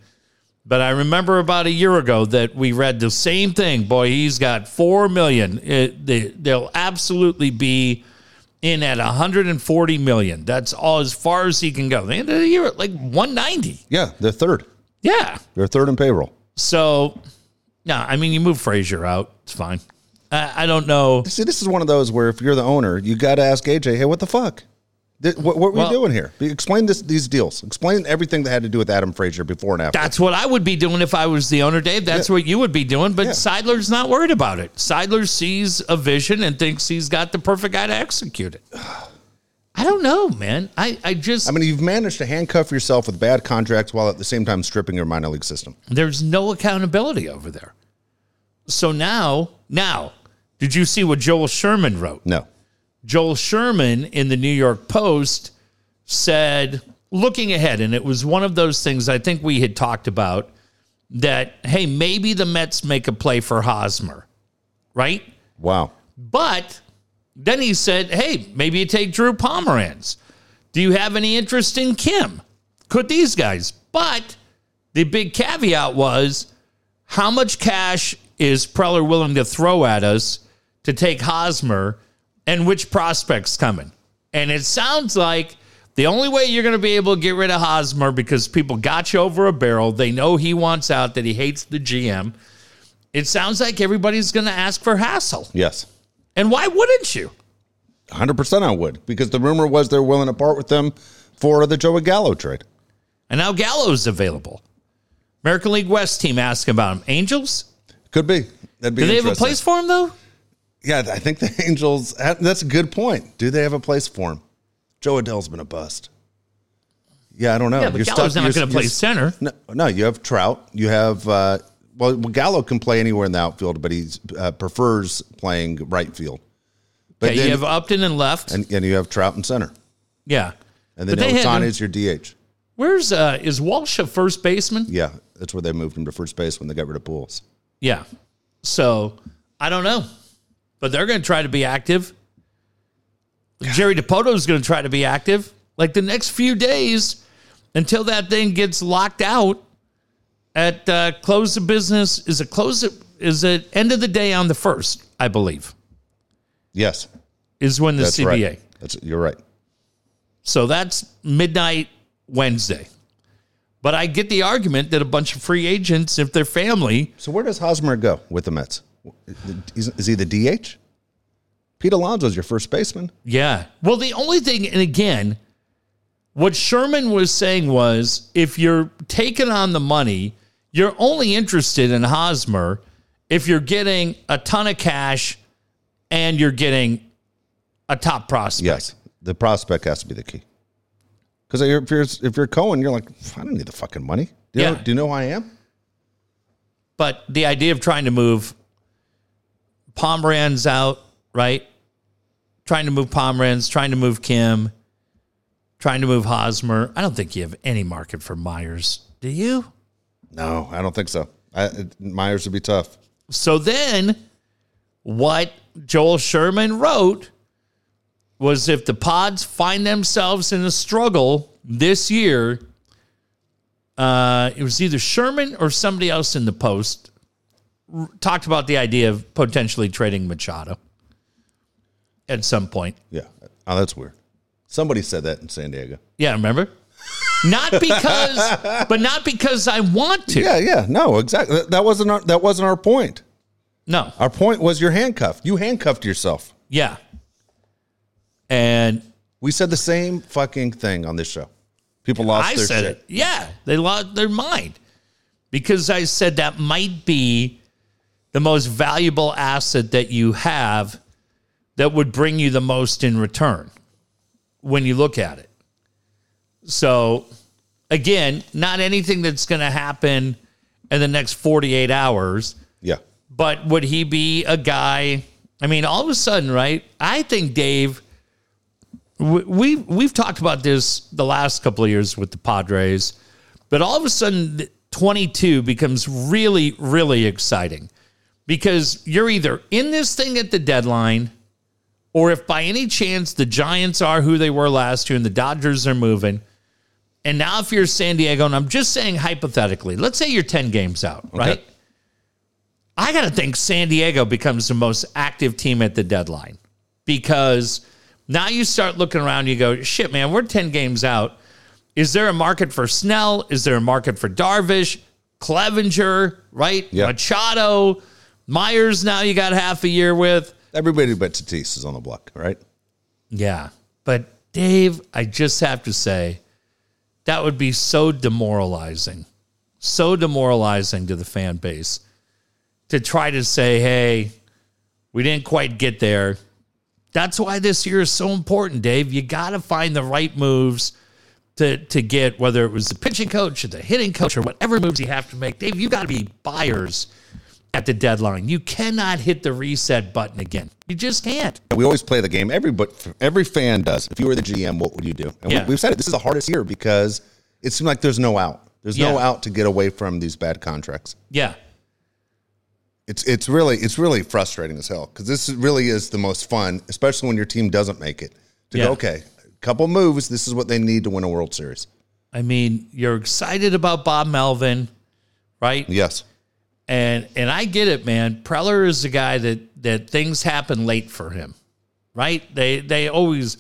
[SPEAKER 2] but I remember about a year ago that we read the same thing. Boy, he's got four million. It, they, they'll absolutely be in at 140 million. That's all as far as he can go. They ended the year at like 190.
[SPEAKER 1] Yeah, they're third.
[SPEAKER 2] Yeah.
[SPEAKER 1] They're third in payroll.
[SPEAKER 2] So, no, I mean, you move Frazier out. It's fine. I, I don't know.
[SPEAKER 1] See, this is one of those where if you're the owner, you got to ask AJ, "Hey, what the fuck? Th- what, what were
[SPEAKER 2] Well-
[SPEAKER 1] you doing here? Explain this, these deals. Explain everything that had to do with Adam Frazier before and after."
[SPEAKER 2] That's what I would be doing if I was the owner, Dave. That's what you would be doing. But Seidler's not worried about it. Seidler sees a vision and thinks he's got the perfect guy to execute it. I don't know, man. I, I just,
[SPEAKER 1] I mean, you've managed to handcuff yourself with bad contracts while at the same time stripping your minor league system.
[SPEAKER 2] there's no accountability over there. So now, now, did you see what Joel Sherman wrote?
[SPEAKER 1] No.
[SPEAKER 2] Joel Sherman in the New York Post said, looking ahead, and it was one of those things I think we had talked about that, hey, maybe the Mets make a play for Hosmer, right?
[SPEAKER 1] Wow.
[SPEAKER 2] But then he said, hey, maybe you take Drew Pomeranz. Do you have any interest in Kim? Could these guys? But the big caveat was how much cash is Preller willing to throw at us to take Hosmer and which prospects coming? And it sounds like the only way you're going to be able to get rid of Hosmer because people got you over a barrel. They know he wants out, that he hates the GM. It sounds like everybody's going to ask for Hassel.
[SPEAKER 1] Yes.
[SPEAKER 2] And why wouldn't you?
[SPEAKER 1] 100% I would because the rumor was they're willing to part with them for the Joey Gallo trade.
[SPEAKER 2] And now Gallo's available. American League West team asking about him. Angels?
[SPEAKER 1] Could be. That'd be
[SPEAKER 2] Do they have a
[SPEAKER 1] interesting.
[SPEAKER 2] place for him, though?
[SPEAKER 1] Yeah, I think the Angels. That's a good point. Do they have a place for him? Joe Adell's been a bust. Yeah, I don't know.
[SPEAKER 2] Yeah, but Gallo's not
[SPEAKER 1] you're-
[SPEAKER 2] going to play
[SPEAKER 1] you're-
[SPEAKER 2] center.
[SPEAKER 1] No, no, you have Trout. You have uh, well, Gallo can play anywhere in the outfield, but he uh, prefers playing right field. But
[SPEAKER 2] Okay,
[SPEAKER 1] then,
[SPEAKER 2] you have uh, Upton and left.
[SPEAKER 1] and, and you have Trout in center,
[SPEAKER 2] yeah.
[SPEAKER 1] and then
[SPEAKER 2] But they had
[SPEAKER 1] Otani
[SPEAKER 2] him-
[SPEAKER 1] is your DH.
[SPEAKER 2] Where's uh is Walsh a first baseman?
[SPEAKER 1] Yeah, that's where they moved him to first base when they got rid of Pools.
[SPEAKER 2] Yeah. So I don't know. But they're gonna try to be active. Jerry DePoto's gonna try to be active. Like the next few days until that thing gets locked out at uh, close of business is a close of, is it end of the day on the first, I believe,
[SPEAKER 1] Yes,
[SPEAKER 2] is when the
[SPEAKER 1] that's
[SPEAKER 2] CBA.
[SPEAKER 1] right. That's you're right.
[SPEAKER 2] So that's midnight Wednesday. But I get the argument that a bunch of free agents, if they're family,
[SPEAKER 1] So where does Hosmer go with the Mets? Is, is he the DH? Pete Alonso's your first baseman.
[SPEAKER 2] Yeah. Well, the only thing, and again, what Sherman was saying was if you're taking on the money, you're only interested in Hosmer if you're getting a ton of cash and you're getting a top prospect.
[SPEAKER 1] Yes, the prospect has to be the key. Because if you're if you're Cohen, you're like, I don't need the fucking money. Do you, know,
[SPEAKER 2] Yeah.
[SPEAKER 1] do you know who I am?
[SPEAKER 2] But the idea of trying to move Pomeranz out, right? Trying to move Pomeranz, trying to move Kim, trying to move Hosmer. I don't think you have any market for Myers. Do you?
[SPEAKER 1] No, I don't think so. I, it- Myers would be tough.
[SPEAKER 2] So then, what Joel Sherman wrote was if the pods find themselves in a struggle this year, uh, it was either Sherman or somebody else in the post r- talked about the idea of potentially trading Machado at some point.
[SPEAKER 1] Yeah. Oh, that's weird. Somebody said that in San Diego.
[SPEAKER 2] Yeah, remember? Not because, but not because I want to.
[SPEAKER 1] Yeah, yeah. No, exactly. That- That wasn't our, that wasn't our point.
[SPEAKER 2] No.
[SPEAKER 1] Our point was you're handcuffed. You handcuffed yourself.
[SPEAKER 2] Yeah. And
[SPEAKER 1] We said the same fucking thing on this show. People lost
[SPEAKER 2] I
[SPEAKER 1] their
[SPEAKER 2] said
[SPEAKER 1] shit.
[SPEAKER 2] it. Yeah, they lost their mind because I said that might be the most valuable asset that you have that would bring you the most in return when you look at it. So, again, not anything that's going to happen in the next 48 hours,
[SPEAKER 1] Yeah.
[SPEAKER 2] but would he be a guy? I mean, all of a sudden, right? I think Dave. We, we we've talked about this the last couple of years with the Padres, but all of a sudden, 22 becomes really really exciting because you're either in this thing at the deadline, or if by any chance the Giants are who they were last year and the Dodgers are moving. And now, if you're San Diego, and I'm just saying hypothetically, let's say you're 10 games out, right? I got to think San Diego becomes the most active team at the deadline because now you start looking around, you go, shit, man, we're 10 games out. Is there a market for Snell? Is there a market for Darvish, Clevenger, right?
[SPEAKER 1] Yeah.
[SPEAKER 2] Machado, Myers, now you got half a year with.
[SPEAKER 1] Everybody but Tatis is on the block, right?
[SPEAKER 2] Yeah. But Dave, I just have to say, that would be so demoralizing, so demoralizing to the fan base to try to say, hey, we didn't quite get there. That's why this year is so important, Dave. You got to find the right moves to, to get, whether it was the pitching coach or the hitting coach or whatever moves you have to make. Dave, you got to be buyers at the deadline. You cannot hit the reset button again. You just can't.
[SPEAKER 1] We always play the game. Every but every fan does. If you were the GM, what would you do? And
[SPEAKER 2] Yeah.
[SPEAKER 1] we, have said it. This is the hardest year because it seemed like there's no out. There's no
[SPEAKER 2] Yeah.
[SPEAKER 1] out to get away from these bad contracts.
[SPEAKER 2] Yeah.
[SPEAKER 1] It's it's really it's really frustrating as hell because this really is the most fun, especially when your team doesn't make it. To
[SPEAKER 2] Yeah.
[SPEAKER 1] go okay, couple moves. This is what they need to win a World Series.
[SPEAKER 2] I mean, you're excited about Bob Melvin, right?
[SPEAKER 1] Yes.
[SPEAKER 2] And and I get it, man. Preller is the guy that that things happen late for him, right? They they always.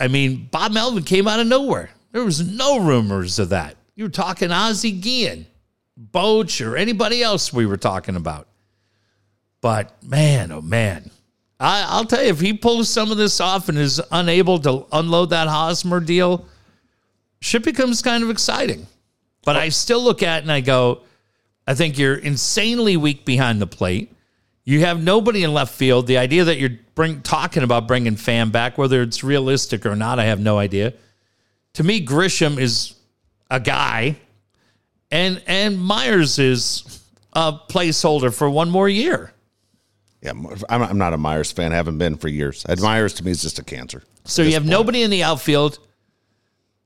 [SPEAKER 2] I mean, Bob Melvin came out of nowhere. There was no rumors of that. You were talking Ozzie Guillen, Boch, or anybody else we were talking about. But man, oh man, I, I'll tell you, if he pulls some of this off and is unable to unload that Hosmer deal, shit becomes kind of exciting. But I still look at it and I go, I think you're insanely weak behind the plate. You have nobody in left field. The idea that you're bring, talking about bringing Fan back, whether it's realistic or not, I have no idea. To me, Grisham is a guy, and and Myers is a placeholder for one more year.
[SPEAKER 1] Yeah, I'm, I'm not a Myers fan. haven't been for years. Myers to me is just a cancer.
[SPEAKER 2] So you have nobody in the outfield.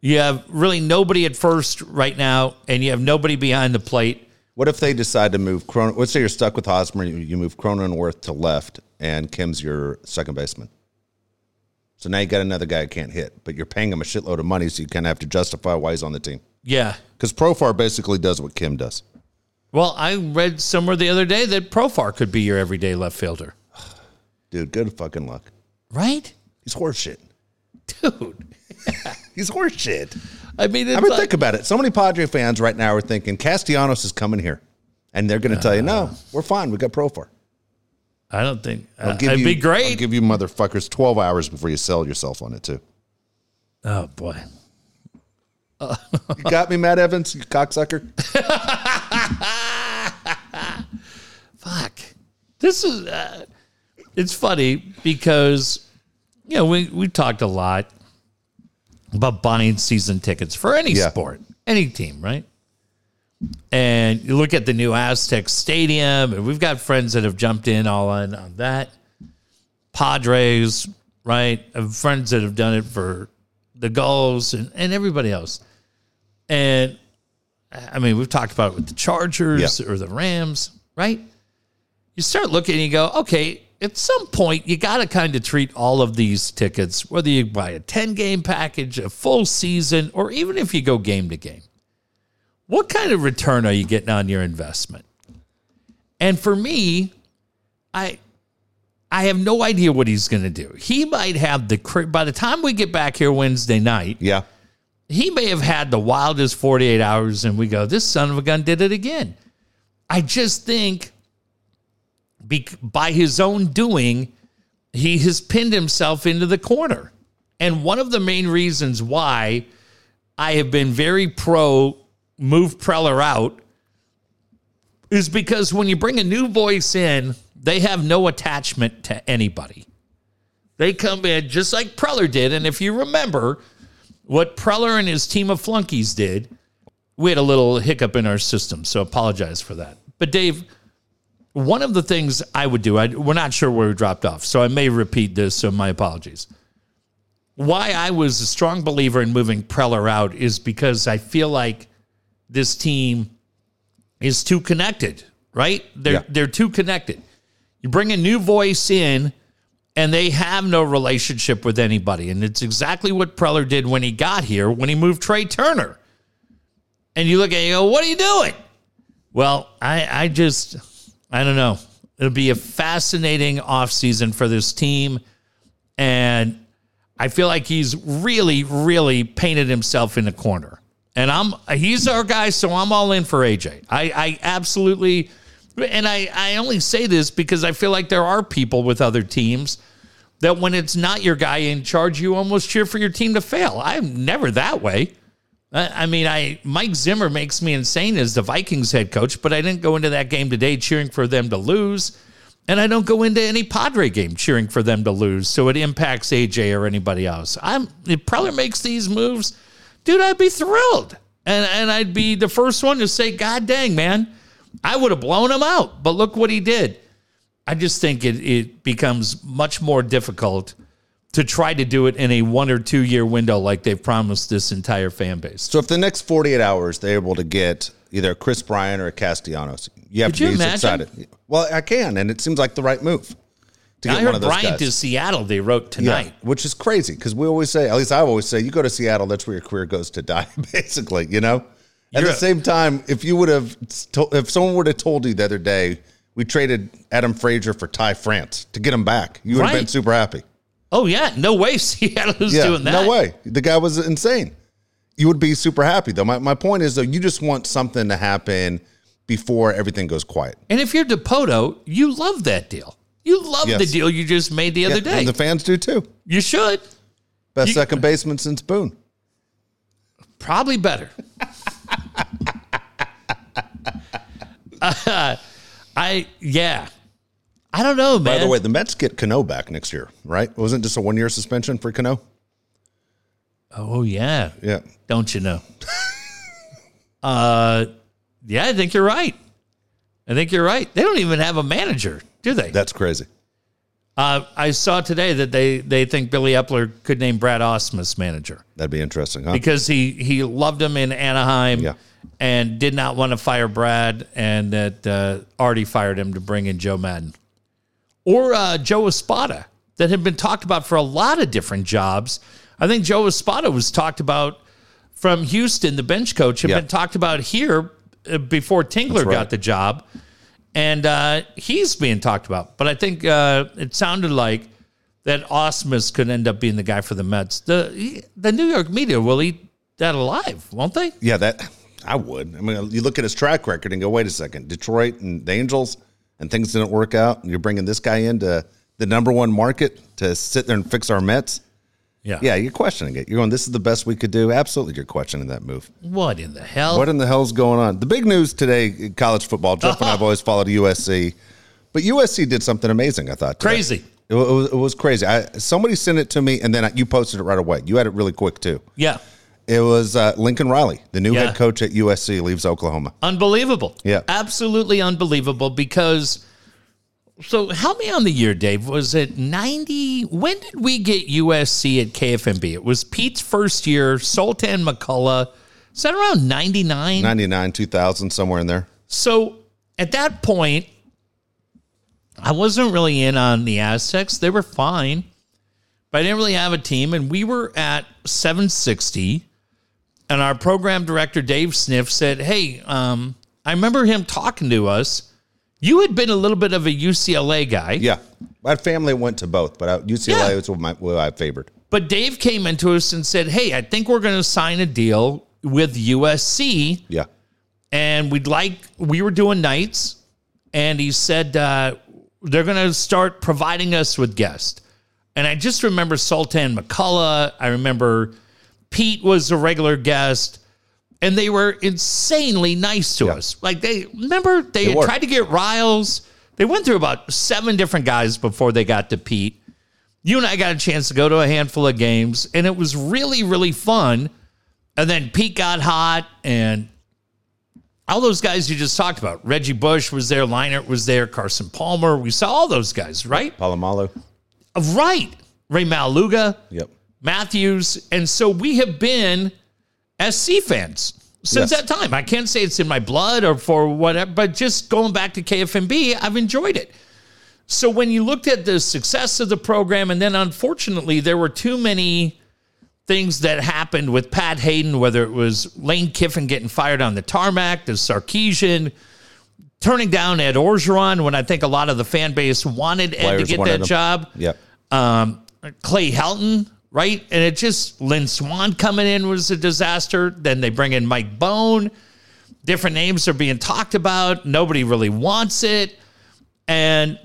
[SPEAKER 2] You have really nobody at first right now, and you have nobody behind the plate.
[SPEAKER 1] What if they decide to move Cronin? Let's say you're stuck with Hosmer. You, you move Cronenworth to left, and Kim's your second baseman. So now you got another guy who can't hit, but you're paying him a shitload of money, so you kind of have to justify why he's on the team.
[SPEAKER 2] Yeah.
[SPEAKER 1] Because Profar basically does what Kim does.
[SPEAKER 2] Well, I read somewhere the other day that Profar could be your everyday left fielder.
[SPEAKER 1] Dude, good fucking luck.
[SPEAKER 2] Right?
[SPEAKER 1] He's horseshit.
[SPEAKER 2] Dude.
[SPEAKER 1] He's horseshit.
[SPEAKER 2] I mean, it's
[SPEAKER 1] I mean,
[SPEAKER 2] like-
[SPEAKER 1] think about it. So many Padre fans right now are thinking Castellanos is coming here, and they're going to tell you, "No, we're fine. We got Profar.
[SPEAKER 2] I don't think uh,
[SPEAKER 1] I'll give
[SPEAKER 2] it'd
[SPEAKER 1] you-
[SPEAKER 2] be
[SPEAKER 1] I'll
[SPEAKER 2] great.
[SPEAKER 1] give you motherfuckers twelve hours before you sell yourself on it too.
[SPEAKER 2] oh boy.
[SPEAKER 1] You got me, Matt Evans, you cocksucker.
[SPEAKER 2] Fuck. This is uh, it's funny because you know, we we talked a lot about buying season tickets for any
[SPEAKER 1] Yeah.
[SPEAKER 2] sport, any team, right? And you look at the new Aztec Stadium, and we've got friends that have jumped in all on, on that. Padres, right? And friends that have done it for the goals and, and everybody else. And I mean, we've talked about it with the Chargers
[SPEAKER 1] Yeah.
[SPEAKER 2] or the Rams, right? You start looking and you go, okay, at some point, you got to kind of treat all of these tickets, whether you buy a 10 game package, a full season, or even if you go game to game. What kind of return are you getting on your investment? And for me, I I have no idea what he's going to do. He might have the cra- by the time we get back here Wednesday night,
[SPEAKER 1] Yeah,
[SPEAKER 2] he may have had the wildest 48 hours and we go this son of a gun did it again i just think bec- by his own doing he has pinned himself into the corner and one of the main reasons why i have been very pro move preller out is because when you bring a new voice in they have no attachment to anybody they come in just like preller did and if you remember what Preller and his team of flunkies did, we had a little hiccup in our system, so apologize for that. But Dave, one of the things I would do, I, we're not sure where we dropped off, so I may repeat this, so my apologies. Why I was a strong believer in moving Preller out is because I feel like this team is too connected, right? They're
[SPEAKER 1] Yeah.
[SPEAKER 2] they're too connected. You bring a new voice in and they have no relationship with anybody. And it's exactly what Preller did when he got here, when he moved Trey Turner. And you look at it and you go, what are you doing? Well, I, I just, I don't know. It'll be a fascinating offseason for this team. And I feel like he's really, really painted himself in the corner. And I'm he's our guy, so I'm all in for AJ. I, I absolutely and I, I only say this because I feel like there are people with other teams that when it's not your guy in charge, you almost cheer for your team to fail. I'm never that way. I, I mean, I Mike Zimmer makes me insane as the Vikings head coach, but I didn't go into that game today cheering for them to lose, and I don't go into any Padre game cheering for them to lose, so it impacts AJ or anybody else. I'm it probably makes these moves, dude. I'd be thrilled, and and I'd be the first one to say, God dang man, I would have blown him out, but look what he did. I just think it, it becomes much more difficult to try to do it in a one or two year window like they've promised this entire fan base.
[SPEAKER 1] So if the next 48 hours they're able to get either Chris Bryant or Castellanos, you have
[SPEAKER 2] Could
[SPEAKER 1] to
[SPEAKER 2] you
[SPEAKER 1] be
[SPEAKER 2] imagine?
[SPEAKER 1] excited. Well, I can, and it seems like the right move. to
[SPEAKER 2] I
[SPEAKER 1] get one
[SPEAKER 2] heard
[SPEAKER 1] of those
[SPEAKER 2] Bryant
[SPEAKER 1] guys.
[SPEAKER 2] to Seattle. They wrote
[SPEAKER 1] Yeah,
[SPEAKER 2] tonight.
[SPEAKER 1] which is crazy because we always say, at least I always say, you go to Seattle, that's where your career goes to die, basically. You know. At
[SPEAKER 2] You're
[SPEAKER 1] the
[SPEAKER 2] a-
[SPEAKER 1] same time, if you would have, to- if someone would have told you the other day, we traded Adam Frazier for Ty France to get him back, you would have been
[SPEAKER 2] Right.
[SPEAKER 1] super happy.
[SPEAKER 2] Oh yeah, no way Seattle's
[SPEAKER 1] Yeah,
[SPEAKER 2] doing that.
[SPEAKER 1] no way. The guy was insane. You would be super happy though. My my point is though, you just want something to happen before everything goes quiet.
[SPEAKER 2] And if you're Depoto, you love that deal. You love
[SPEAKER 1] Yes.
[SPEAKER 2] the deal you just made the other day.
[SPEAKER 1] And the fans do too.
[SPEAKER 2] you should
[SPEAKER 1] Best
[SPEAKER 2] You-
[SPEAKER 1] second baseman since Boone.
[SPEAKER 2] probably better. Uh, I yeah, I don't know, man.
[SPEAKER 1] By the way, the Mets get Cano back next year, right? Wasn't it just a one year suspension for Cano?
[SPEAKER 2] oh yeah,
[SPEAKER 1] Yeah.
[SPEAKER 2] don't you know? uh, yeah, I think you're right. I think you're right. They don't even have a manager, do they?
[SPEAKER 1] That's crazy.
[SPEAKER 2] Uh, I saw today that they they think Billy Epler could name Brad Osmus manager
[SPEAKER 1] That'd be interesting, huh?
[SPEAKER 2] because he he loved him in Anaheim
[SPEAKER 1] Yeah.
[SPEAKER 2] and did not want to fire Brad, and that uh, already fired him to bring in Joe Madden or uh, Joe Espada that had been talked about for a lot of different jobs. I think Joe Espada was talked about from Houston, the bench coach, had
[SPEAKER 1] Yeah.
[SPEAKER 2] been talked about here uh, before Tingler
[SPEAKER 1] right.
[SPEAKER 2] got the job, and uh, he's being talked about. But I think uh, it sounded like that Osmus could end up being the guy for the Mets. The the New York media will eat that alive, won't they?
[SPEAKER 1] yeah, that I would. I mean, you look at his track record and go, wait a second, Detroit and the Angels and things didn't work out, and you're bringing this guy into the number one market to sit there and fix our Mets. Yeah, you're questioning it. You're going, this is the best we could do. Absolutely, you're questioning that move.
[SPEAKER 2] What in the hell?
[SPEAKER 1] What in the hell's going on? The big news today, in college football. Jeff and I've always followed USC, but USC did something amazing. I thought today.
[SPEAKER 2] Crazy.
[SPEAKER 1] It wa- it was, it was crazy. I, somebody sent it to me, and then I- you posted it right away. You had it really quick too.
[SPEAKER 2] Yeah.
[SPEAKER 1] It was uh, Lincoln Riley, the new
[SPEAKER 2] Yeah.
[SPEAKER 1] head coach at USC, leaves Oklahoma.
[SPEAKER 2] Unbelievable.
[SPEAKER 1] Yeah.
[SPEAKER 2] Absolutely unbelievable because so help me on the year, Dave. Was it 90? When did we get USC at KFMB? It was Pete's first year, Sultan McCullough. Is that around 99?
[SPEAKER 1] Ninety nine, two thousand, somewhere in there.
[SPEAKER 2] So at that point, I wasn't really in on the Aztecs. They were fine, but I didn't really have a team. And we were at 760. And our program director, Dave Sniff, said, Hey, um, I remember him talking to us. You had been a little bit of a UCLA guy,
[SPEAKER 1] Yeah, my family went to both, but I, UCLA
[SPEAKER 2] Yeah.
[SPEAKER 1] was what, my, what I favored.
[SPEAKER 2] but Dave came into us and said, Hey, I think we're going to sign a deal with USC.
[SPEAKER 1] Yeah,
[SPEAKER 2] and we'd like we were doing nights and he said uh, they're going to start providing us with guests and i just remember sultan mccullough i remember pete was a regular guest and they were insanely nice to us like they remember they, had
[SPEAKER 1] were.
[SPEAKER 2] tried to get riles they went through about seven different guys before they got to pete you and i got a chance to go to a handful of games and it was really really fun and then pete got hot and all those guys you just talked about. Reggie Bush was there, Leinert was there, Carson Palmer. We saw all those guys, right?
[SPEAKER 1] Palomalo.
[SPEAKER 2] Right. Ray Maluga,
[SPEAKER 1] Yep.
[SPEAKER 2] Matthews. And so we have been SC fans since
[SPEAKER 1] Yes.
[SPEAKER 2] that time. I can't say it's in my blood or for whatever, but just going back to KFMB, I've enjoyed it. So when you looked at the success of the program, and then unfortunately, there were too many things that happened with Pat Hayden, whether it was Lane Kiffin getting fired on the tarmac, the Sarkeesian turning down Ed Orgeron when I think a lot of the fan base wanted Ed
[SPEAKER 1] Players
[SPEAKER 2] to get
[SPEAKER 1] wanted
[SPEAKER 2] that
[SPEAKER 1] him.
[SPEAKER 2] job
[SPEAKER 1] Yep.
[SPEAKER 2] um, Clay Helton, right? And it just Lynn Swan coming in was a disaster. Then they bring in Mike Bone. Different names are being talked about. Nobody really wants it. And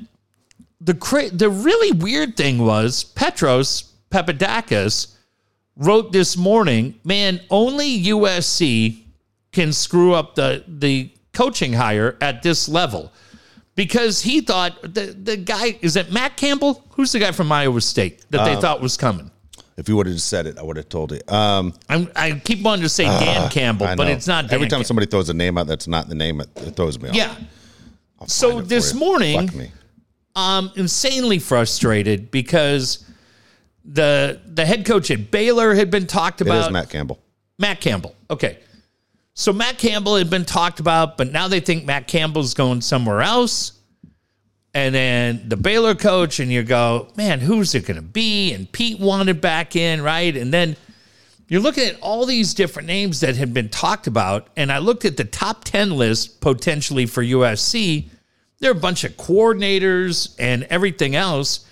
[SPEAKER 2] the cra- the really weird thing was Petros Papadakis wrote this morning, man, only USC can screw up the the coaching hire at this level because he thought the the guy is it Matt Campbell? Who's the guy from Iowa State that
[SPEAKER 1] Um,
[SPEAKER 2] they thought was coming?
[SPEAKER 1] If you would have just said it, I would have told you. Um,
[SPEAKER 2] I'm, I keep wanting to say Dan Campbell,
[SPEAKER 1] Uh, I
[SPEAKER 2] but
[SPEAKER 1] know.
[SPEAKER 2] it's not Dan
[SPEAKER 1] Every time
[SPEAKER 2] Cam-
[SPEAKER 1] somebody throws a name out that's not the name, it, it throws me off.
[SPEAKER 2] yeah. So
[SPEAKER 1] it for
[SPEAKER 2] this
[SPEAKER 1] you.
[SPEAKER 2] morning,
[SPEAKER 1] Fuck me.
[SPEAKER 2] I'm insanely frustrated because the the head coach at Baylor had been talked
[SPEAKER 1] It
[SPEAKER 2] about.
[SPEAKER 1] is Matt Campbell.
[SPEAKER 2] Matt Campbell. Okay. So Matt Campbell had been talked about, but now they think Matt Campbell's going somewhere else. and then the Baylor coach, and you go, man, who's it going to be? And Pete wanted back in, right? And then you're looking at all these different names that had been talked about. And I looked at the top 10 list potentially for USC. There are a bunch of coordinators and everything else.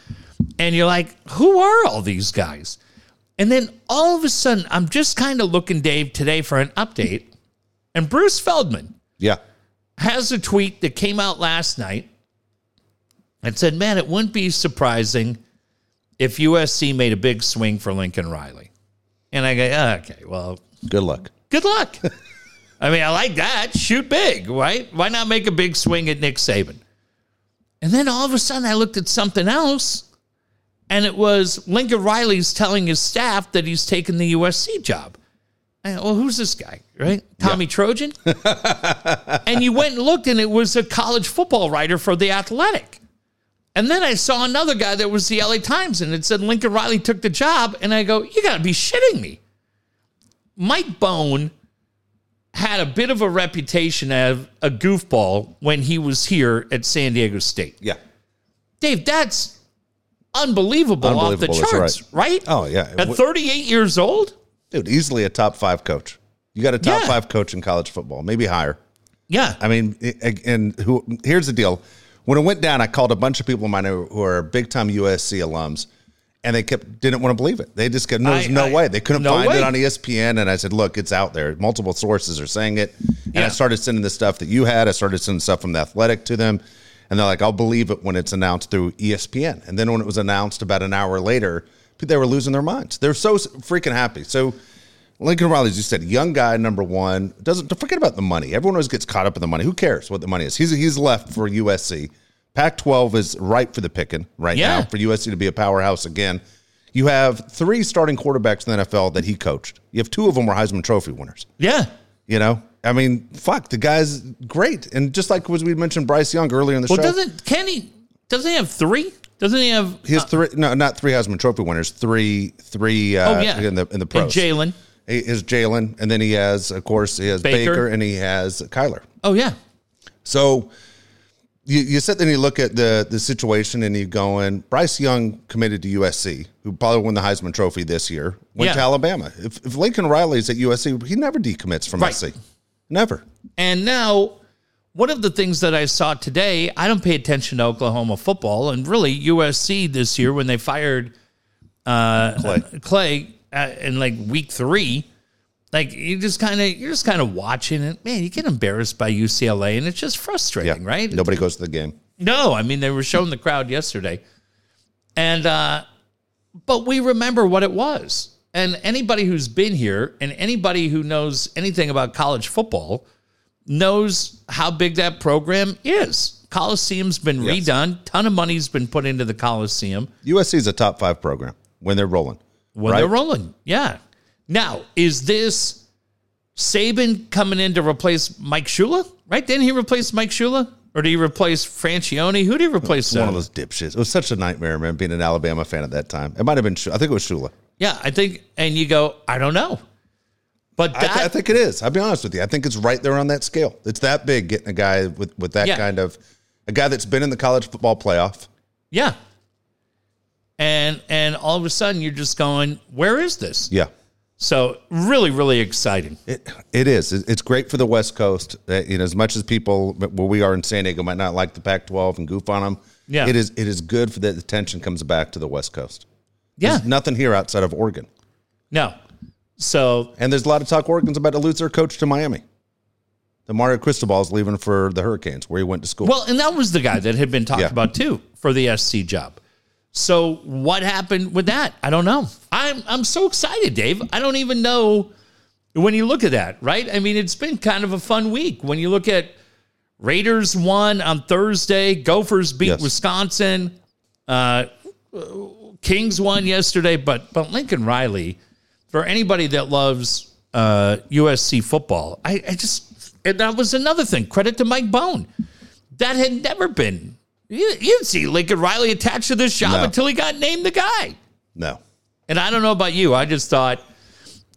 [SPEAKER 2] And you're like, who are all these guys? And then all of a sudden, I'm just kind of looking, Dave, today for an update. And Bruce Feldman,
[SPEAKER 1] Yeah.
[SPEAKER 2] has a tweet that came out last night and said, Man, it wouldn't be surprising if USC made a big swing for Lincoln Riley. And I go, "Oh, Okay, well,
[SPEAKER 1] Good luck.
[SPEAKER 2] good luck. I mean, I like that. Shoot big, right? Why not make a big swing at Nick Saban? And then all of a sudden, I looked at something else, and it was Lincoln Riley's telling his staff that he's taking the USC job. I go, well, who's this guy, right? Tommy Trojan? and you went and looked, and it was a college football writer for The Athletic. And then I saw another guy that was the LA Times, and it said Lincoln Riley took the job. And I go, you got to be shitting me. Mike Bone had a bit of a reputation as a goofball when he was here at San Diego State.
[SPEAKER 1] Yeah.
[SPEAKER 2] Dave, that's unbelievable,
[SPEAKER 1] Unbelievable,
[SPEAKER 2] off the
[SPEAKER 1] that's
[SPEAKER 2] charts, right?
[SPEAKER 1] Oh, yeah.
[SPEAKER 2] At 38 years old?
[SPEAKER 1] Dude, easily a top five coach. You got a top
[SPEAKER 2] Yeah.
[SPEAKER 1] five coach in college football, maybe higher.
[SPEAKER 2] Yeah.
[SPEAKER 1] I mean, it- and who? Here's the deal. When it went down, I called a bunch of people of mine who who are big time USC alums, and they kept didn't want to believe it. They just kept, no, there's
[SPEAKER 2] I-
[SPEAKER 1] no
[SPEAKER 2] I-
[SPEAKER 1] way. They couldn't
[SPEAKER 2] no
[SPEAKER 1] find
[SPEAKER 2] way.
[SPEAKER 1] it on E ESPN. And I said, look, it's out there. Multiple sources are saying it. And I
[SPEAKER 2] Yeah.
[SPEAKER 1] started sending the stuff that you had. I started sending stuff from the Athletic to them, and they're like, I'll believe it when it's announced through E ESPN. And then when it was announced about an hour later, they were losing their minds. They're so freaking happy. So. Lincoln Riley, as you said, young guy, number one. Doesn't don't forget about the money. Everyone always gets caught up in the money. Who cares what the money is? He's he's left for USC. Pac-12 is ripe for the picking right
[SPEAKER 2] Yeah.
[SPEAKER 1] now for USC to be a powerhouse again. You have three starting quarterbacks in the NFL that he coached. You have two of them were Heisman Trophy winners.
[SPEAKER 2] Yeah.
[SPEAKER 1] You know, I mean, fuck, the guy's great. And just like was we mentioned Bryce Young earlier in the
[SPEAKER 2] Well,
[SPEAKER 1] show,
[SPEAKER 2] doesn't Kenny, doesn't he have three? Doesn't he have
[SPEAKER 1] he has three no, not three Heisman Trophy winners, three three uh,
[SPEAKER 2] Oh, yeah.
[SPEAKER 1] in the in the
[SPEAKER 2] and
[SPEAKER 1] pros.
[SPEAKER 2] Jalen?
[SPEAKER 1] He is Jalen, and then he has, of course, he has
[SPEAKER 2] Baker.
[SPEAKER 1] Baker and he has Kyler.
[SPEAKER 2] Oh, yeah.
[SPEAKER 1] So you, you sit there and you look at the the situation and you go in. Bryce Young committed to USC, who probably won the Heisman Trophy this year, went to
[SPEAKER 2] Yeah.
[SPEAKER 1] Alabama. If, if Lincoln Riley's at USC, he never decommits from
[SPEAKER 2] Right.
[SPEAKER 1] USC. Never.
[SPEAKER 2] And now, one of the things that I saw today, I don't pay attention to Oklahoma football, and really USC this year when they fired
[SPEAKER 1] Clay.
[SPEAKER 2] Clay uh, in like week three. Like you just kind of you're just kind of watching it, man. You get embarrassed by UCLA, and it's just
[SPEAKER 1] Yeah.
[SPEAKER 2] frustrating, right?
[SPEAKER 1] Nobody goes to the game.
[SPEAKER 2] No, I mean they were showing the crowd yesterday, and uh, but we remember what it was. And anybody who's been here and anybody who knows anything about college football knows how big that program is. Coliseum's been
[SPEAKER 1] Yes.
[SPEAKER 2] redone. Ton of money's been put into the Coliseum
[SPEAKER 1] USC is a top five program when they're rolling.
[SPEAKER 2] when they're rolling. Yeah. Now, is this Saban coming in to replace Mike Shula? Right? Didn't he replace Mike Shula? Or did he replace Francione? Who did he replace?
[SPEAKER 1] One
[SPEAKER 2] uh,
[SPEAKER 1] of those dipshits. It was such a nightmare, man, being an Alabama fan at that time. It might have been, Shula. I think it was Shula.
[SPEAKER 2] Yeah, I think, and you go, I don't know, but
[SPEAKER 1] I,
[SPEAKER 2] that,
[SPEAKER 1] th- I think it is. I'll be honest with you. I think it's right there on that scale. It's that big getting a guy with, with that
[SPEAKER 2] Yeah.
[SPEAKER 1] kind of a guy that's been in the college football playoff.
[SPEAKER 2] yeah, and and all of a sudden you're just going, where is this?
[SPEAKER 1] Yeah,
[SPEAKER 2] So really, really exciting.
[SPEAKER 1] it, it is. It- It's great for the West Coast. Uh, You know, as much as people where we are in San Diego might not like the Pac-12 and goof on them.
[SPEAKER 2] Yeah.
[SPEAKER 1] it is. It is good for that the attention comes back to the West Coast.
[SPEAKER 2] Yeah,
[SPEAKER 1] There's nothing here outside of Oregon,
[SPEAKER 2] no, so
[SPEAKER 1] and there's a lot of talk. Oregon's about to lose their coach to Miami. The Mario Cristobal's leaving for the Hurricanes, where he went to school.
[SPEAKER 2] well, and that was the guy that had been talked
[SPEAKER 1] Yeah.
[SPEAKER 2] about too for the SC job. So what happened with that? I don't know. I'm I'm so excited, Dave. I don't even know when you look at that, right? I mean, it's been kind of a fun week when you look at Raiders won on Thursday, Gophers beat
[SPEAKER 1] Yes.
[SPEAKER 2] Wisconsin, uh, Kings won yesterday, but but Lincoln Riley, for anybody that loves uh, USC football, I, I just and that was another thing. Credit to Mike Bone, that had never been. You, you'd see Lincoln Riley attached to this job
[SPEAKER 1] No.
[SPEAKER 2] until he got named the guy.
[SPEAKER 1] no,
[SPEAKER 2] And I don't know about you. I just thought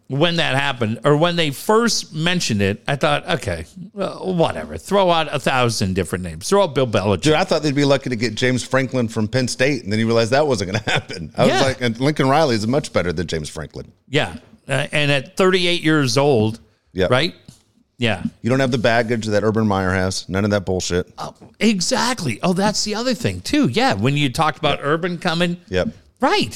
[SPEAKER 2] when that happened or when they first mentioned it, I thought, okay, well, whatever. Throw out a thousand different names. Throw out Bill Belichick.
[SPEAKER 1] Dude, I thought they'd be lucky to get James Franklin from Penn State, and then you realized that wasn't going to happen. I
[SPEAKER 2] Yeah.
[SPEAKER 1] was like, and Lincoln Riley is much better than James Franklin.
[SPEAKER 2] Yeah. Uh, and at 38 years old,
[SPEAKER 1] Yeah.
[SPEAKER 2] right? Yeah.
[SPEAKER 1] You don't have the baggage that Urban Meyer has. None of that bullshit.
[SPEAKER 2] Oh, exactly. Oh, that's the other thing, too. Yeah. When you talked about Urban coming.
[SPEAKER 1] Yep.
[SPEAKER 2] Right.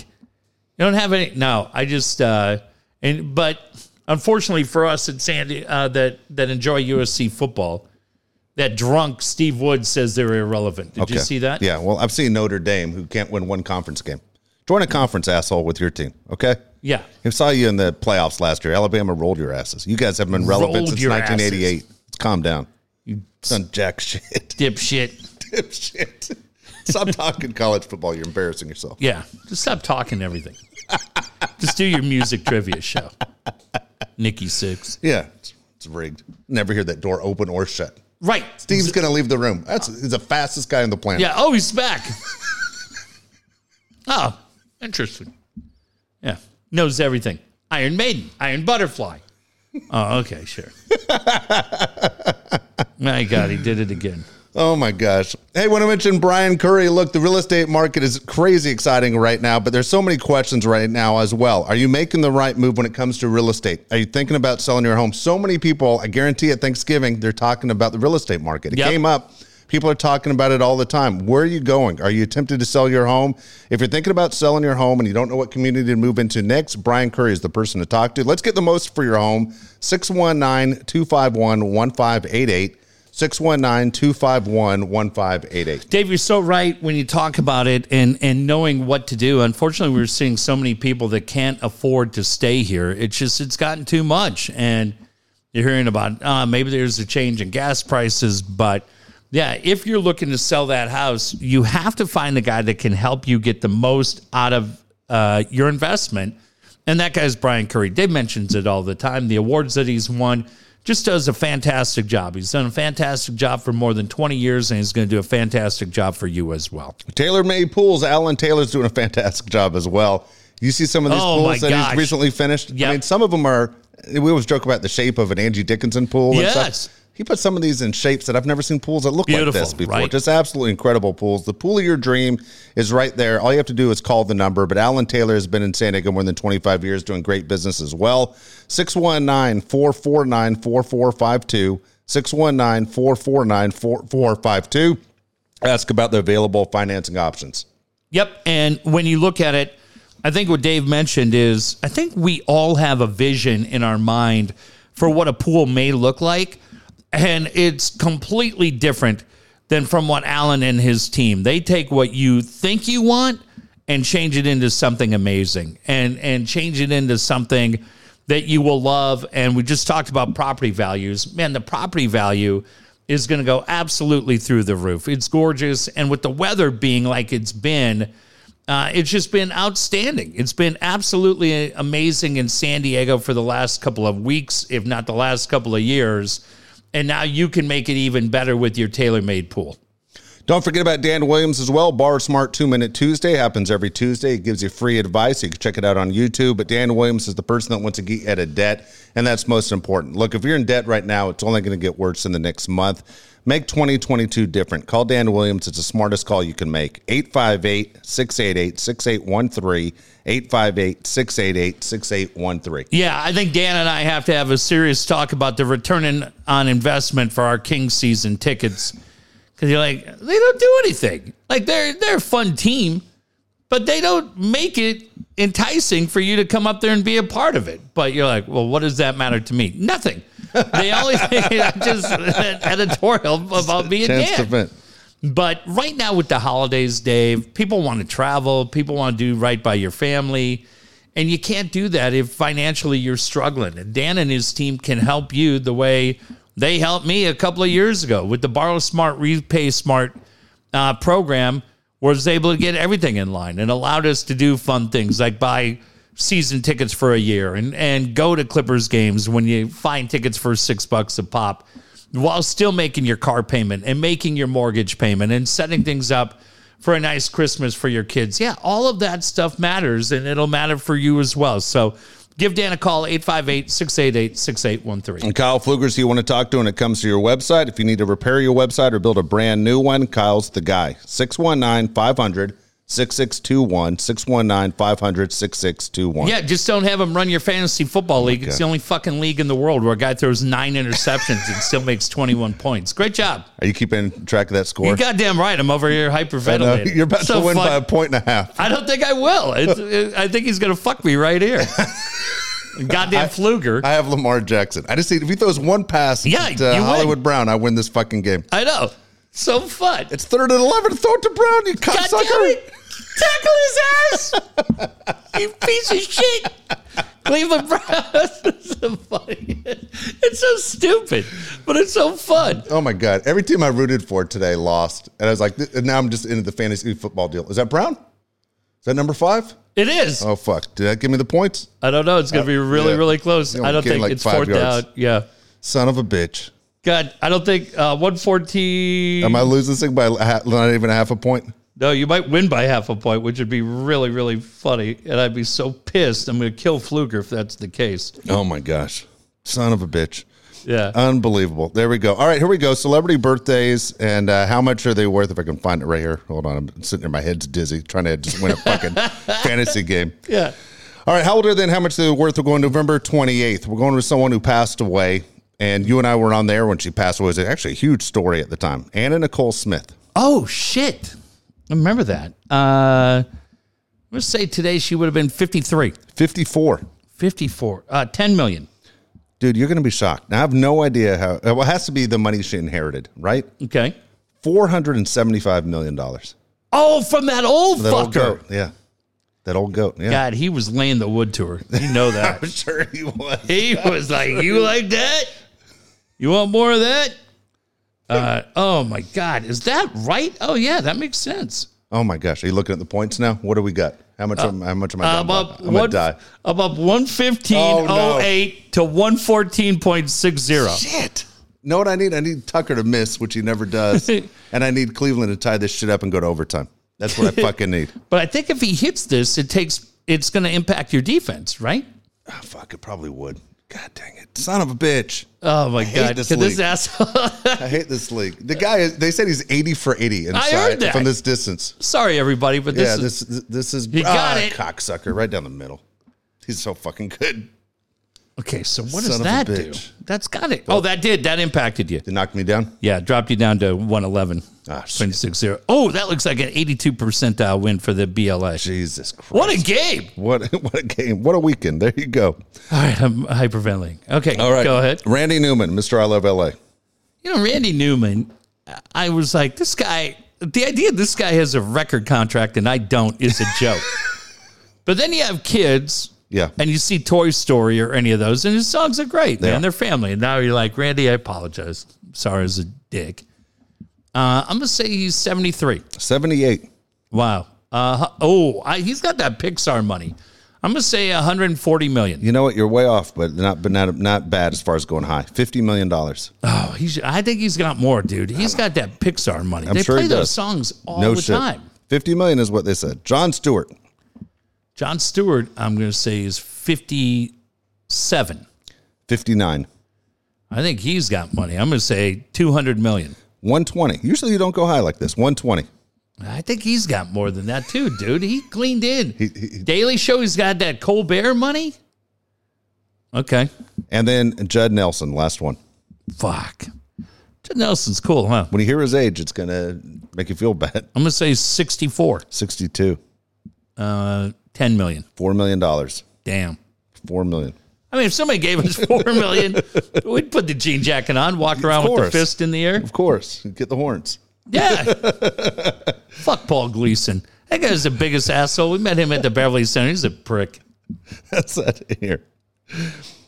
[SPEAKER 2] You don't have any. No, I just, uh, and, but unfortunately for us at Sandy, uh, that, that enjoy USC football, that drunk Steve Wood says they're irrelevant. Did you
[SPEAKER 1] Okay.
[SPEAKER 2] see that?
[SPEAKER 1] Yeah. Well, I've seen Notre Dame, who can't win one conference game. Join a conference asshole with your team, okay?
[SPEAKER 2] Yeah.
[SPEAKER 1] I saw you in the playoffs last year. Alabama rolled your asses. You guys have been relevant
[SPEAKER 2] Rolled
[SPEAKER 1] since
[SPEAKER 2] your
[SPEAKER 1] 1988. Let's calm down. You done jack shit.
[SPEAKER 2] Dipshit.
[SPEAKER 1] Dip shit. Stop talking college football. You're embarrassing yourself.
[SPEAKER 2] Yeah. Just stop talking everything. just do your music trivia show. Nikki Six.
[SPEAKER 1] Yeah, it's, it's rigged. Never hear that door open or shut.
[SPEAKER 2] Right.
[SPEAKER 1] Steve's gonna leave the room. That's he's the fastest guy on the planet.
[SPEAKER 2] Yeah. Oh, he's back. oh, interesting. Yeah. Knows everything. Iron Maiden, Iron Butterfly. Oh, okay, sure. My God, he did it again.
[SPEAKER 1] Oh my gosh. Hey, want to mention Brian Curry? Look, the real estate market is crazy exciting right now, but there's so many questions right now as well. Are you making the right move when it comes to real estate? Are you thinking about selling your home? So many people, I guarantee at Thanksgiving, they're talking about the real estate market. It
[SPEAKER 2] Yep.
[SPEAKER 1] came up. People are talking about it all the time. Where are you going? Are you tempted to sell your home? If you're thinking about selling your home and you don't know what community to move into next, Brian Curry is the person to talk to. Let's get the most for your home. 619 251 1588. 619 251 1588.
[SPEAKER 2] Dave, you're so right when you talk about it and, and knowing what to do. Unfortunately, we're seeing so many people that can't afford to stay here. It's just, it's gotten too much. And you're hearing about uh, maybe there's a change in gas prices. But yeah, if you're looking to sell that house, you have to find the guy that can help you get the most out of uh, your investment. And that guy's Brian Curry. Dave mentions it all the time. The awards that he's won just does a fantastic job. He's done a fantastic job for more than 20 years, and he's going to do a fantastic job for you as well.
[SPEAKER 1] Taylor May Pools, Alan Taylor's doing a fantastic job as well. You see some of these
[SPEAKER 2] Oh, my
[SPEAKER 1] pools that
[SPEAKER 2] gosh.
[SPEAKER 1] he's recently finished?
[SPEAKER 2] Yep.
[SPEAKER 1] I mean, some of them are, we always joke about the shape of an Angie Dickinson pool. and stuff.
[SPEAKER 2] Yes.
[SPEAKER 1] He put some of these in shapes that I've never seen pools that look
[SPEAKER 2] Beautiful,
[SPEAKER 1] like this before.
[SPEAKER 2] right?
[SPEAKER 1] Just absolutely incredible pools. The pool of your dream is right there. All you have to do is call the number. But Alan Taylor has been in San Diego more than 25 years doing great business as well. 619 449 4452. 619 449 4452. Ask about the available financing options.
[SPEAKER 2] Yep. And when you look at it, I think what Dave mentioned is I think we all have a vision in our mind for what a pool may look like. And it's completely different than from what Alan and his team. They take what you think you want and change it into something amazing and and change it into something that you will love. And we just talked about property values. Man, the property value is going to go absolutely through the roof. It's gorgeous. And with the weather being like it's been, uh, it's just been outstanding. It's been absolutely amazing in San Diego for the last couple of weeks, if not the last couple of years. And now you can make it even better with your tailor made pool.
[SPEAKER 1] Don't forget about Dan Williams as well. Bar Smart Two Minute Tuesday happens every Tuesday. It gives you free advice. You can check it out on YouTube. But Dan Williams is the person that wants to get out of debt, and that's most important. Look, if you're in debt right now, it's only going to get worse in the next month. Make 2022 different. Call Dan Williams. It's the smartest call you can make. 858 688 6813. 858 688 6813.
[SPEAKER 2] Yeah, I think Dan and I have to have a serious talk about the return in- on investment for our King season tickets. Because you're like, they don't do anything. Like they're they're a fun team, but they don't make it enticing for you to come up there and be a part of it. But you're like, well, what does that matter to me? Nothing. They only just an editorial about being
[SPEAKER 1] Chance to
[SPEAKER 2] Dan.
[SPEAKER 1] vent.
[SPEAKER 2] But right now with the holidays, Dave, people want to travel, people want to do right by your family, and you can't do that if financially you're struggling. And Dan and his team can help you the way they helped me a couple of years ago with the Borrow Smart, Repay Smart uh, program, was able to get everything in line and allowed us to do fun things like buy season tickets for a year and and go to Clippers games when you find tickets for six bucks a pop, while still making your car payment and making your mortgage payment and setting things up for a nice Christmas for your kids. Yeah, all of that stuff matters and it'll matter for you as well. So Give Dan a call, 858 688 6813.
[SPEAKER 1] And Kyle Flugers, you want to talk to when it comes to your website. If you need to repair your website or build a brand new one, Kyle's the guy. 619 500 6621. 619 500 6621.
[SPEAKER 2] Yeah, just don't have him run your fantasy
[SPEAKER 1] Oh
[SPEAKER 2] football league. It's the only fucking league in the world where a guy throws nine interceptions and still makes 21 points. Great job.
[SPEAKER 1] Are you keeping track of that score?
[SPEAKER 2] You're goddamn right. I'm over here
[SPEAKER 1] I know.
[SPEAKER 2] hyperventilating.
[SPEAKER 1] You're about
[SPEAKER 2] So
[SPEAKER 1] to win
[SPEAKER 2] fuck-
[SPEAKER 1] by a point and a half.
[SPEAKER 2] I don't think I will. It's, it, I think he's going to fuck me right here. Goddamn Fluger.
[SPEAKER 1] I
[SPEAKER 2] I,
[SPEAKER 1] have Lamar Jackson. I just need, if he throws one pass
[SPEAKER 2] Yeah,
[SPEAKER 1] to
[SPEAKER 2] you win.
[SPEAKER 1] Hollywood Brown, I win this fucking game.
[SPEAKER 2] know. So fun.
[SPEAKER 1] It's third and 11. Throw it to Brown, you
[SPEAKER 2] God damn
[SPEAKER 1] cocksucker.
[SPEAKER 2] it. Tackle his ass. you piece of shit. Cleveland Browns. It's so funny. It's so stupid, but it's so fun.
[SPEAKER 1] Oh my God. Every team I rooted for today lost. And I was like, th- and now I'm just into the fantasy football deal. Is that Brown? Is that number five?
[SPEAKER 2] It is.
[SPEAKER 1] Oh, fuck. Did that give me the points?
[SPEAKER 2] I don't know. It's going to be
[SPEAKER 1] Uh,
[SPEAKER 2] really,
[SPEAKER 1] yeah.
[SPEAKER 2] really close.
[SPEAKER 1] You
[SPEAKER 2] I don't
[SPEAKER 1] gain
[SPEAKER 2] think
[SPEAKER 1] like
[SPEAKER 2] it's
[SPEAKER 1] five
[SPEAKER 2] fourth down.
[SPEAKER 1] yards.
[SPEAKER 2] Yeah.
[SPEAKER 1] Son of a bitch.
[SPEAKER 2] God, I don't think uh, 114.
[SPEAKER 1] Am I losing this thing by a ha- not even a half a point?
[SPEAKER 2] No, you might win by half a point, which would be really, really funny. And I'd be so pissed. I'm going to kill Fluker if that's the case.
[SPEAKER 1] Oh my gosh. Son of a bitch.
[SPEAKER 2] Yeah.
[SPEAKER 1] Uh, Unbelievable. There we go. All right, here we go. Celebrity birthdays and uh, how much are they worth? If I can find it right here. Hold on. I'm sitting here. My head's dizzy trying to just win a fucking fantasy game.
[SPEAKER 2] yeah.
[SPEAKER 1] All right, how old are they and how much they're worth? We're going November 28th. We're going with someone who passed away, and you and I were on there when she passed away. It was actually a huge story at the time. Anna Nicole Smith.
[SPEAKER 2] Oh, shit. I remember that. Uh, let's say today she would have been 53,
[SPEAKER 1] 54.
[SPEAKER 2] 54, uh, 10 million.
[SPEAKER 1] Dude, you're going to be shocked. Now, I have no idea how. uh, Well, it has to be the money she inherited, right?
[SPEAKER 2] Okay.
[SPEAKER 1] $475 million. That
[SPEAKER 2] Oh, from that old
[SPEAKER 1] old
[SPEAKER 2] fucker.
[SPEAKER 1] goat. Yeah. That old goat. Yeah.
[SPEAKER 2] God, he was laying the wood to her. You know that.
[SPEAKER 1] I'm sure he was.
[SPEAKER 2] He was like, "You like that? You want more of that?" Uh, oh my God, is that right? Oh yeah, that makes sense.
[SPEAKER 1] Oh, my gosh. Are you looking at the points now? What do we got? How
[SPEAKER 2] Uh,
[SPEAKER 1] much, am, how much am I down
[SPEAKER 2] I'm
[SPEAKER 1] by?
[SPEAKER 2] up
[SPEAKER 1] I'm going
[SPEAKER 2] one,
[SPEAKER 1] to die.
[SPEAKER 2] I'm up one fifteen oh eight to one fourteen point six zero.
[SPEAKER 1] Shit. Know what I need? I need Tucker to miss, which he never does. and I need Cleveland to tie this shit up and go to overtime. That's what I fucking need.
[SPEAKER 2] But I think if he hits this, it takes it's going to impact your defense, right?
[SPEAKER 1] Oh, fuck, it probably would. God dang it. Son of a bitch.
[SPEAKER 2] Oh my God,
[SPEAKER 1] this
[SPEAKER 2] Could this
[SPEAKER 1] league.
[SPEAKER 2] asshole.
[SPEAKER 1] I hate this league. The guy, is, they said he's 80 for 80 inside
[SPEAKER 2] heard that.
[SPEAKER 1] from this distance.
[SPEAKER 2] Sorry, everybody, but this
[SPEAKER 1] yeah,
[SPEAKER 2] is
[SPEAKER 1] this this is
[SPEAKER 2] He got
[SPEAKER 1] ah,
[SPEAKER 2] it.
[SPEAKER 1] cocksucker right down the middle. He's so fucking good.
[SPEAKER 2] okay. So
[SPEAKER 1] Son
[SPEAKER 2] what does
[SPEAKER 1] of a
[SPEAKER 2] that do?
[SPEAKER 1] bitch.
[SPEAKER 2] That's got it. Oh, that did that impacted you.
[SPEAKER 1] They knocked me down.
[SPEAKER 2] Yeah, dropped you down to 111.
[SPEAKER 1] Ah, shit.
[SPEAKER 2] 0.60. Oh, that looks like an 82 percentile win for the BLS.
[SPEAKER 1] Jesus Christ.
[SPEAKER 2] What a game!
[SPEAKER 1] what what a game. What a weekend. There you go.
[SPEAKER 2] All right, I'm hyperventilating. Okay, All right. go ahead.
[SPEAKER 1] Randy Newman, Mr. I Love LA.
[SPEAKER 2] You know, Randy Newman, I was like, this guy, the idea this guy has a record contract and I don't is a joke. but then you have kids
[SPEAKER 1] Yeah.
[SPEAKER 2] and you see Toy Story or any of those, and his songs are great, man.
[SPEAKER 1] Yeah.
[SPEAKER 2] They're family. And now you're like, Randy, I apologize. Sorry as a dick. Uh, I'm going to say he's 73.
[SPEAKER 1] 78.
[SPEAKER 2] Wow. Uh, oh, I, he's got that Pixar money. I'm gonna say 140 million.
[SPEAKER 1] You know what? You're way off, but not but not not bad as far as going high. Fifty million dollars.
[SPEAKER 2] Oh, he's. I think he's got more, dude. He's got that Pixar money. they
[SPEAKER 1] sure
[SPEAKER 2] play
[SPEAKER 1] he
[SPEAKER 2] those
[SPEAKER 1] does.
[SPEAKER 2] songs all
[SPEAKER 1] No
[SPEAKER 2] the
[SPEAKER 1] shit.
[SPEAKER 2] time.
[SPEAKER 1] Fifty million is what they said. John Stewart,
[SPEAKER 2] John Stewart, I'm gonna say is 57.
[SPEAKER 1] fifty nine.
[SPEAKER 2] I think he's got money. I'm gonna say 200 million.
[SPEAKER 1] 120. Usually you don't go high like this. 120.
[SPEAKER 2] I think he's got more than that too, dude. He cleaned in.
[SPEAKER 1] he-
[SPEAKER 2] Daily Show. He's got that Colbert money. Okay.
[SPEAKER 1] And then Judd Nelson, last one.
[SPEAKER 2] Fuck. Ted Nelson's cool, huh?
[SPEAKER 1] When you hear his age, it's going to make you feel bad.
[SPEAKER 2] I'm gonna say 64.
[SPEAKER 1] 62.
[SPEAKER 2] Uh, 10 million.
[SPEAKER 1] 4 million dollars.
[SPEAKER 2] Damn.
[SPEAKER 1] 4 million.
[SPEAKER 2] I mean, if somebody gave us four million, we'd put the jean jacket on, walk around with the
[SPEAKER 1] course.
[SPEAKER 2] fist in the air.
[SPEAKER 1] Of course. Get the horns.
[SPEAKER 2] Yeah. Fuck Paul Gleason. That guy's the biggest asshole. We met him at the Beverly Center. He's a prick.
[SPEAKER 1] That's that here.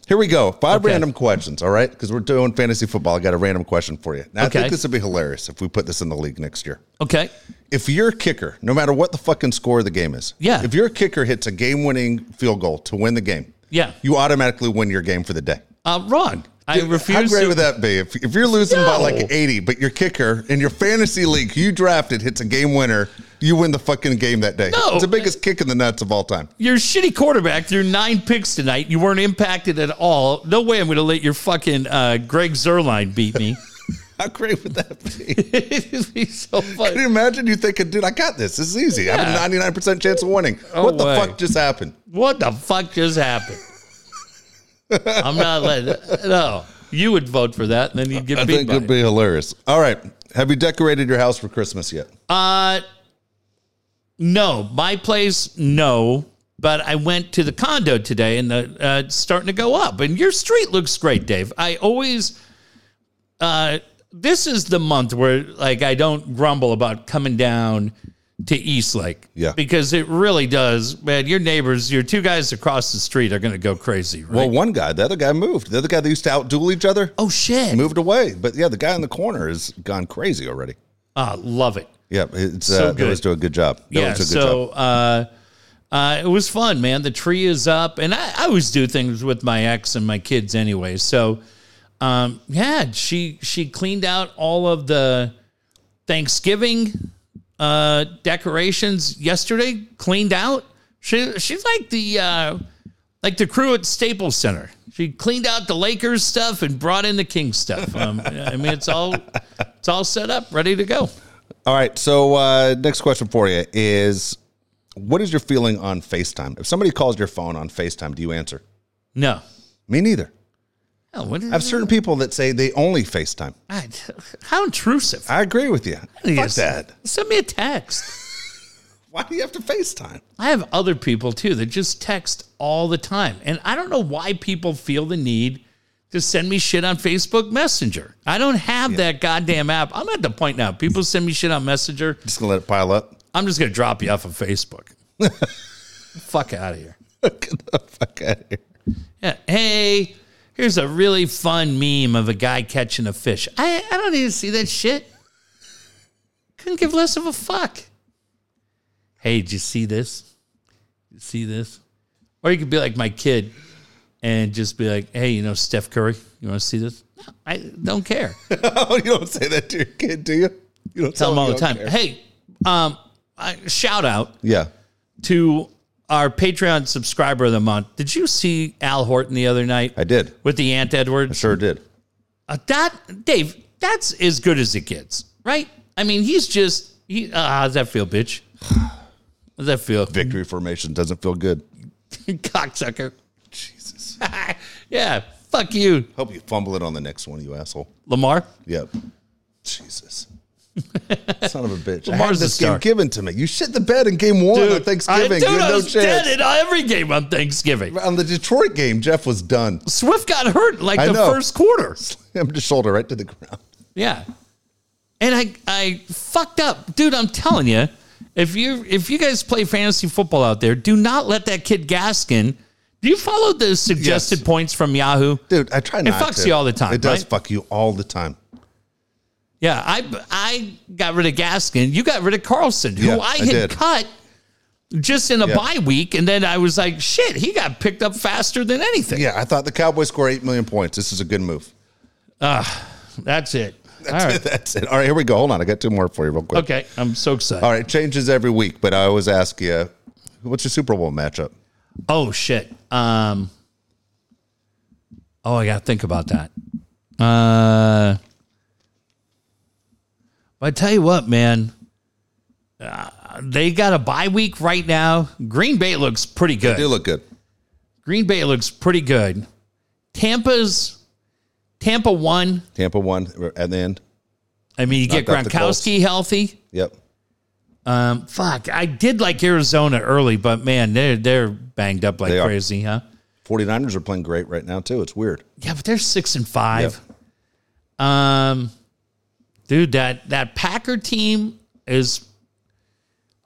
[SPEAKER 1] Here we go. Five
[SPEAKER 2] Okay.
[SPEAKER 1] random questions, all right? Because we're doing fantasy football. I got a random question for you. Now, I
[SPEAKER 2] Okay.
[SPEAKER 1] think this would be hilarious if we put this in the league next year.
[SPEAKER 2] Okay.
[SPEAKER 1] if your kicker, no matter what the fucking score of the game is,
[SPEAKER 2] Yeah.
[SPEAKER 1] if your kicker hits a game winning field goal to win the game,
[SPEAKER 2] Yeah.
[SPEAKER 1] you automatically win your game for the day.
[SPEAKER 2] Uh, wrong. I
[SPEAKER 1] How
[SPEAKER 2] refuse
[SPEAKER 1] great
[SPEAKER 2] to.
[SPEAKER 1] would that be if, if you're losing by
[SPEAKER 2] No.
[SPEAKER 1] like 80, but your kicker in your fantasy league who you drafted hits a game winner, you win the fucking game that day.
[SPEAKER 2] No.
[SPEAKER 1] It's the biggest kick in the nuts of all time.
[SPEAKER 2] Your shitty quarterback threw nine picks tonight. You weren't impacted at all. No way I'm going to let your fucking uh, Greg Zerline beat me.
[SPEAKER 1] How great would that be?
[SPEAKER 2] It'd be so
[SPEAKER 1] Can
[SPEAKER 2] funny.
[SPEAKER 1] you imagine you thinking, dude, I got this. This is easy. I
[SPEAKER 2] Yeah.
[SPEAKER 1] have a 99% chance of winning.
[SPEAKER 2] No
[SPEAKER 1] what the
[SPEAKER 2] way.
[SPEAKER 1] fuck just happened?
[SPEAKER 2] What the fuck just happened? I'm not letting. No, you would vote for that, and then you'd get
[SPEAKER 1] I
[SPEAKER 2] beat
[SPEAKER 1] think
[SPEAKER 2] by
[SPEAKER 1] it'd
[SPEAKER 2] it.
[SPEAKER 1] be hilarious. All right. Have you decorated your house for Christmas yet?
[SPEAKER 2] Uh, no, my place, no. But I went to the condo today, and the uh, it's starting to go up. And your street looks great, Dave. I always, uh, this is the month where like I don't grumble about coming down to Eastlake,
[SPEAKER 1] Yeah.
[SPEAKER 2] because it really does, man. Your neighbors, your two guys across the street, are going to go crazy, right?
[SPEAKER 1] Well, one guy, the other guy moved. The other guy that used to outduel each other
[SPEAKER 2] oh shit!
[SPEAKER 1] moved away. But yeah, the guy in the corner has gone crazy already.
[SPEAKER 2] Ah, love it.
[SPEAKER 1] Yeah, it's
[SPEAKER 2] So
[SPEAKER 1] uh, they always
[SPEAKER 2] good.
[SPEAKER 1] do a good job. They
[SPEAKER 2] yeah,
[SPEAKER 1] always do a good job.
[SPEAKER 2] so uh, uh, it was fun, man. The tree is up, and I, I always do things with my ex and my kids anyway. So, um, yeah, she she cleaned out all of the Thanksgiving uh, decorations yesterday. Cleaned out. She she's like the uh, like the crew at Staples Center. She cleaned out the Lakers stuff and brought in the King stuff. Um, I mean, it's all it's all set up, ready to go.
[SPEAKER 1] All right. So uh, next question for you is, what is your feeling on FaceTime? If somebody calls your phone on FaceTime, do you answer?
[SPEAKER 2] No.
[SPEAKER 1] Me neither.
[SPEAKER 2] Oh, what is
[SPEAKER 1] I have certain people that say they only FaceTime.
[SPEAKER 2] God, how intrusive.
[SPEAKER 1] I agree with you. Fuck
[SPEAKER 2] Yes.
[SPEAKER 1] that.
[SPEAKER 2] Send me a text.
[SPEAKER 1] Why do you have to FaceTime?
[SPEAKER 2] I have other people too that just text all the time. And I don't know why people feel the need to send me shit on Facebook Messenger. I don't have that goddamn app. I'm at the point now, people send me shit on Messenger.
[SPEAKER 1] Just gonna let it pile up.
[SPEAKER 2] I'm just going to drop you off of Facebook. Fuck out of here.
[SPEAKER 1] Get the fuck out of here.
[SPEAKER 2] Yeah. Hey, here's a really fun meme of a guy catching a fish. I, I don't need to see that shit. Couldn't give less of a fuck. Hey, did you see this? You see this? Or you could be like my kid and just be like, hey, you know, Steph Curry, you want to see this? No, I don't care.
[SPEAKER 1] Oh, you don't say that to your kid, do you? You don't
[SPEAKER 2] Tell them all
[SPEAKER 1] you
[SPEAKER 2] the
[SPEAKER 1] don't
[SPEAKER 2] time.
[SPEAKER 1] care.
[SPEAKER 2] Hey, um, I, shout out
[SPEAKER 1] Yeah.
[SPEAKER 2] to our Patreon subscriber of the month. Did you see Al Horton the other night
[SPEAKER 1] I did.
[SPEAKER 2] with the Aunt Edward?
[SPEAKER 1] Sure did.
[SPEAKER 2] Uh, that Dave, that's as good as it gets, right? I mean, he's just he. Uh, how's that feel, bitch? How's that feel,
[SPEAKER 1] Victory formation doesn't feel good.
[SPEAKER 2] cocksucker?
[SPEAKER 1] Jesus.
[SPEAKER 2] yeah, fuck you,
[SPEAKER 1] Hope you fumble it on the next one, you asshole.
[SPEAKER 2] Lamar.
[SPEAKER 1] Yep. Jesus. Son of a bitch. I had
[SPEAKER 2] Lamar's
[SPEAKER 1] this
[SPEAKER 2] the star.
[SPEAKER 1] game given to me. You shit the bed in game one on Thanksgiving.
[SPEAKER 2] I,
[SPEAKER 1] you
[SPEAKER 2] dude,
[SPEAKER 1] had
[SPEAKER 2] I
[SPEAKER 1] no
[SPEAKER 2] was
[SPEAKER 1] chance.
[SPEAKER 2] dead at every game on Thanksgiving.
[SPEAKER 1] On the Detroit game, Jeff was done.
[SPEAKER 2] Swift got hurt like
[SPEAKER 1] I
[SPEAKER 2] the
[SPEAKER 1] know.
[SPEAKER 2] first quarter.
[SPEAKER 1] Slammed his shoulder right to the ground.
[SPEAKER 2] Yeah. And I I fucked up. Dude, I'm telling you, if you if you guys play fantasy football out there, do not let that kid Gaskin. Do you follow the suggested
[SPEAKER 1] Yes.
[SPEAKER 2] points from Yahoo?
[SPEAKER 1] Dude, I try not to.
[SPEAKER 2] fucks you all the time,
[SPEAKER 1] It does
[SPEAKER 2] right?
[SPEAKER 1] fuck you all the time.
[SPEAKER 2] Yeah, I I got rid of Gaskin. You got rid of Carlson, who
[SPEAKER 1] Yeah,
[SPEAKER 2] I
[SPEAKER 1] I
[SPEAKER 2] had
[SPEAKER 1] did.
[SPEAKER 2] cut just in a
[SPEAKER 1] Yeah.
[SPEAKER 2] bye week, and then I was like, shit, he got picked up faster than anything.
[SPEAKER 1] Yeah, I thought the Cowboys score 8 million points. This is a good move.
[SPEAKER 2] That's it. All right.
[SPEAKER 1] That's it. All right, here we go. Hold on. I got two more for you, real quick.
[SPEAKER 2] Okay, I'm so excited.
[SPEAKER 1] All right, changes every week, but I always ask you, what's your Super Bowl matchup?
[SPEAKER 2] Oh shit. Um. Oh, I gotta think about that. Uh. But I tell you what, man. Uh, they got a bye week right now. Green Bay looks pretty
[SPEAKER 1] They
[SPEAKER 2] good.
[SPEAKER 1] look good.
[SPEAKER 2] Green Bay looks pretty good. Tampa's Tampa won.
[SPEAKER 1] Tampa won at the end.
[SPEAKER 2] I mean, you get
[SPEAKER 1] Knocked out the Colts.
[SPEAKER 2] Gronkowski healthy.
[SPEAKER 1] Yep.
[SPEAKER 2] Um, fuck, I did like Arizona early, but man, they're they're banged up like
[SPEAKER 1] They are.
[SPEAKER 2] crazy, huh?
[SPEAKER 1] 49ers are playing great right now, too. It's weird.
[SPEAKER 2] Yeah, but they're six and five. Um, dude, that that Packer team is.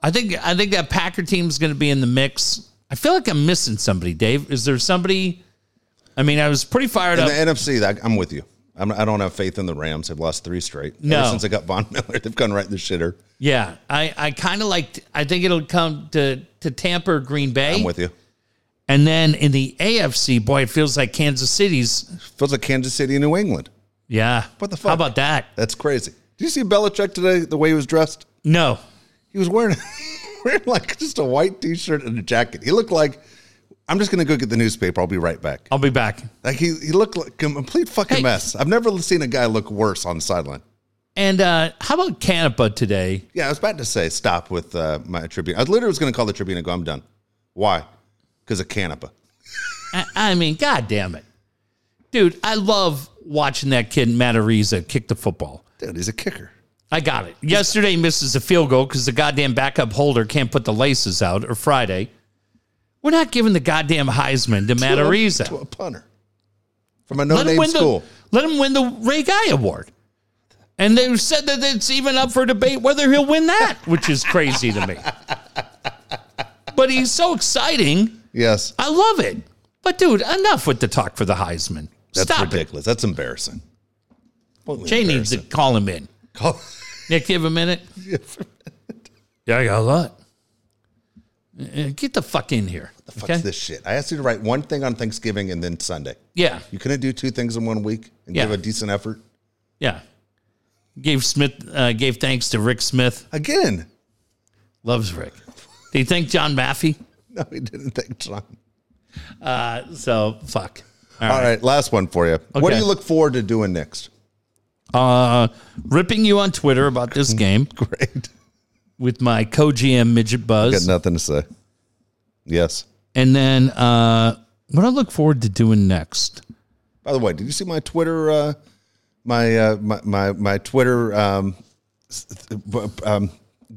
[SPEAKER 2] I think I think that Packer team is going to be in the mix. I feel like I'm missing somebody, Dave. Is there somebody? I mean, I was pretty fired
[SPEAKER 1] In
[SPEAKER 2] up.
[SPEAKER 1] the NFC, that, I'm with you. I'm, I don't have faith in the Rams. They've lost three straight.
[SPEAKER 2] No.
[SPEAKER 1] Ever since they got Von Miller, they've gone right in the shitter.
[SPEAKER 2] yeah, I I kind of like. I think it'll come to to Tampa or Green Bay.
[SPEAKER 1] I'm with you.
[SPEAKER 2] And then in the AFC, boy, it feels like Kansas City's.
[SPEAKER 1] Feels like Kansas City, New England.
[SPEAKER 2] Yeah.
[SPEAKER 1] What the
[SPEAKER 2] How
[SPEAKER 1] fuck?
[SPEAKER 2] about that?
[SPEAKER 1] That's crazy. Did you see Belichick today? The way he was dressed,
[SPEAKER 2] No.
[SPEAKER 1] he was wearing wearing like just a white T-shirt and a jacket. He looked like I'm just gonna go get the newspaper. I'll be right back.
[SPEAKER 2] I'll be back.
[SPEAKER 1] Like he he looked like a complete fucking
[SPEAKER 2] Hey.
[SPEAKER 1] mess. I've never seen a guy look worse on the sideline.
[SPEAKER 2] And uh, how about Canapa today?
[SPEAKER 1] Yeah, I was about to say stop with uh, my Tribune. I literally was going to call the Tribune and go, I'm done. Why? Because of Canapa.
[SPEAKER 2] I, I mean, God damn it. Dude, I love watching that kid Matariza kick the football.
[SPEAKER 1] Dude, he's a kicker.
[SPEAKER 2] I got it. Yesterday he misses a field goal because the goddamn backup holder can't put the laces out, or Friday. We're not giving the goddamn Heisman to Matariza.
[SPEAKER 1] To a punter. From a no name
[SPEAKER 2] win
[SPEAKER 1] school.
[SPEAKER 2] The, let him win the Ray Guy Award. And they've said that it's even up for debate whether he'll win that, which is crazy to me. But he's so exciting.
[SPEAKER 1] yes.
[SPEAKER 2] I love it. But dude, enough with the talk for the Heisman.
[SPEAKER 1] That's
[SPEAKER 2] Stop
[SPEAKER 1] ridiculous. That's embarrassing.
[SPEAKER 2] it. Jay needs to call him in.
[SPEAKER 1] Call-
[SPEAKER 2] Nick, give a minute. Yeah, I got a lot. Uh, Get the fuck in here.
[SPEAKER 1] Fuck
[SPEAKER 2] okay?
[SPEAKER 1] this shit. I asked you to write one thing on Thanksgiving and then Sunday.
[SPEAKER 2] Yeah,
[SPEAKER 1] You couldn't do two things in one week and
[SPEAKER 2] Yeah.
[SPEAKER 1] give a decent effort?
[SPEAKER 2] yeah. Gave Smith uh, gave thanks to Rick Smith.
[SPEAKER 1] Again.
[SPEAKER 2] Loves Rick. Do you think John Maffey?
[SPEAKER 1] No, he didn't think, John.
[SPEAKER 2] So fuck.
[SPEAKER 1] All right. last one for you. What do
[SPEAKER 2] Okay.
[SPEAKER 1] you look forward to doing next?
[SPEAKER 2] Uh, ripping you on Twitter about this game
[SPEAKER 1] Great.
[SPEAKER 2] with my co-GM midget
[SPEAKER 1] Got
[SPEAKER 2] buzz,
[SPEAKER 1] nothing to say. Yes.
[SPEAKER 2] and then uh, what I look forward to doing next.
[SPEAKER 1] By the way, did you see my Twitter? Uh, my, uh, my my my Twitter um, s- b- um,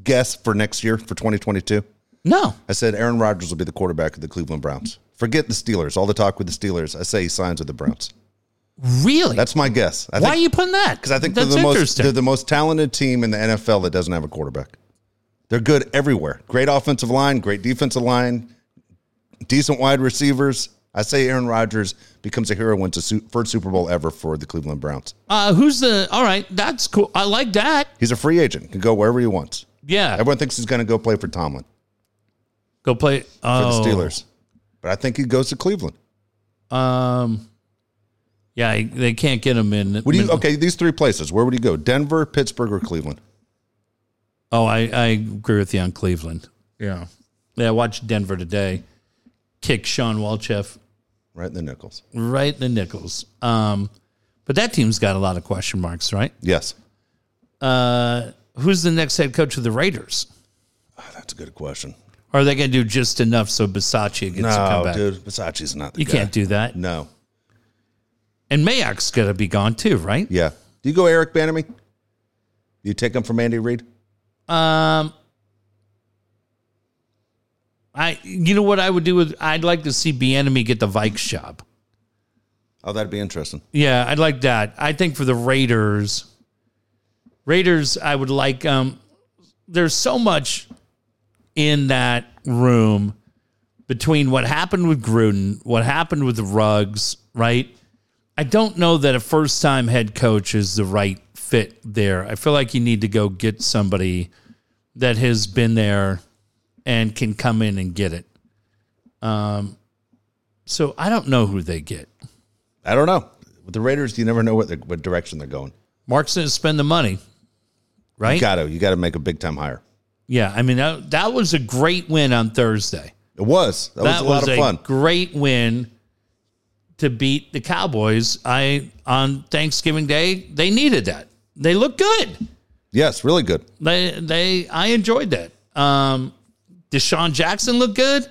[SPEAKER 1] guess for next year for 2022.
[SPEAKER 2] No,
[SPEAKER 1] I said Aaron Rodgers will be the quarterback of the Cleveland Browns. Forget the Steelers. All the talk with the Steelers. I say he signs with the Browns.
[SPEAKER 2] really.
[SPEAKER 1] That's my guess. I
[SPEAKER 2] Why are
[SPEAKER 1] think
[SPEAKER 2] you putting that?
[SPEAKER 1] because I think
[SPEAKER 2] that's
[SPEAKER 1] they're the most
[SPEAKER 2] interesting.
[SPEAKER 1] they're the most talented team in the NFL that doesn't have a quarterback. They're good everywhere. Great offensive line, great defensive line, decent wide receivers. I say Aaron Rodgers becomes a hero wins a su- first Super Bowl ever for the Cleveland Browns.
[SPEAKER 2] uh, who's the? All right, that's cool. I like that.
[SPEAKER 1] He's a free agent. Can go wherever he wants.
[SPEAKER 2] Yeah,
[SPEAKER 1] Everyone thinks he's going to go play for Tomlin
[SPEAKER 2] go play
[SPEAKER 1] for
[SPEAKER 2] oh,
[SPEAKER 1] the Steelers, but I think he goes to Cleveland.
[SPEAKER 2] Um, yeah, they can't get him in.
[SPEAKER 1] Would you? Okay, these three places. Where would he go? Denver, Pittsburgh, or Cleveland?
[SPEAKER 2] Oh, I, I agree with you on Cleveland. Yeah, yeah. I watched Denver today. Kick Sean Walchef
[SPEAKER 1] Right in the nickels.
[SPEAKER 2] right in the nickels. Um, but that team's got a lot of question marks, right?
[SPEAKER 1] Yes,
[SPEAKER 2] Uh, who's the next head coach of the Raiders?
[SPEAKER 1] Ah, that's a good question.
[SPEAKER 2] Or are they going to do just enough so Bisaccia gets to come
[SPEAKER 1] No,
[SPEAKER 2] back?
[SPEAKER 1] dude, Versace's not the
[SPEAKER 2] you
[SPEAKER 1] guy.
[SPEAKER 2] can't do that.
[SPEAKER 1] No.
[SPEAKER 2] And Mayock's going to be gone too, right?
[SPEAKER 1] Yeah. Do you go Eric Bieniemy? You take him from Andy Reid?
[SPEAKER 2] Um, I you know what I would do with I'd like to see Bienemy get the Vikes job.
[SPEAKER 1] Oh, that'd be interesting.
[SPEAKER 2] Yeah, I'd like that. I think for the Raiders, Raiders, I would like. Um, there's so much in that room between what happened with Gruden, what happened with the Rugs, right? I don't know that a first time head coach is the right fit there. I feel like you need to go get somebody that has been there and can come in and get it. Um, so I don't know who they get.
[SPEAKER 1] I don't know. With the Raiders, you never know what, they're- what direction they're going.
[SPEAKER 2] Mark's going to spend the money, right?
[SPEAKER 1] Got to. You got to make a big time hire.
[SPEAKER 2] yeah, I mean that, that was a great win on Thursday.
[SPEAKER 1] It was. That,
[SPEAKER 2] That
[SPEAKER 1] was a lot of fun.
[SPEAKER 2] great win to beat the Cowboys. I on Thanksgiving Day they needed that. They looked good.
[SPEAKER 1] Yes, really good.
[SPEAKER 2] They they I enjoyed that. Um, Deshaun Jackson looked good.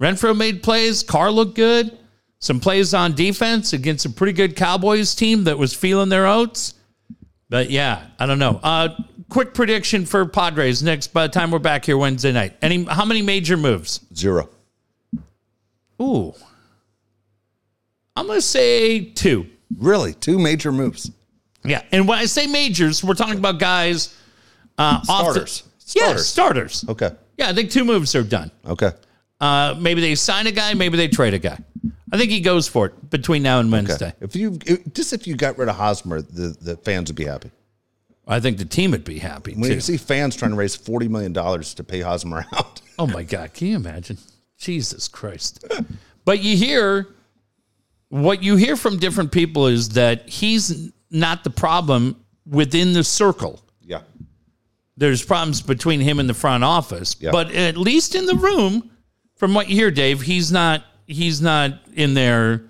[SPEAKER 2] Renfro made plays. Carr looked good. Some plays on defense against a pretty good Cowboys team that was feeling their oats. But yeah, I don't know. Uh, quick prediction for Padres next. By the time we're back here Wednesday night, any how many major moves?
[SPEAKER 1] Zero.
[SPEAKER 2] Ooh, I'm gonna say two.
[SPEAKER 1] Really, two major moves.
[SPEAKER 2] Yeah, and when I say majors, we're talking about guys uh,
[SPEAKER 1] Starters.
[SPEAKER 2] Off the, Yeah,
[SPEAKER 1] Starters.
[SPEAKER 2] starters.
[SPEAKER 1] Okay.
[SPEAKER 2] Yeah, I think two moves are done.
[SPEAKER 1] Okay.
[SPEAKER 2] Uh, maybe they sign a guy, maybe they trade a guy. I think he goes for it between now and Wednesday.
[SPEAKER 1] Okay. If you if- just if you got rid of Hosmer, the, the fans would be happy.
[SPEAKER 2] I think the team would be happy
[SPEAKER 1] When
[SPEAKER 2] too.
[SPEAKER 1] you see fans trying to raise forty million dollars to pay Hosmer out,
[SPEAKER 2] oh my God, can you imagine? Jesus Christ. But you hear what you hear from different people is that he's not the problem within the circle.
[SPEAKER 1] Yeah.
[SPEAKER 2] There's problems between him and the front office,
[SPEAKER 1] Yeah.
[SPEAKER 2] but at least in the room, from what you hear, Dave, he's not he's not in there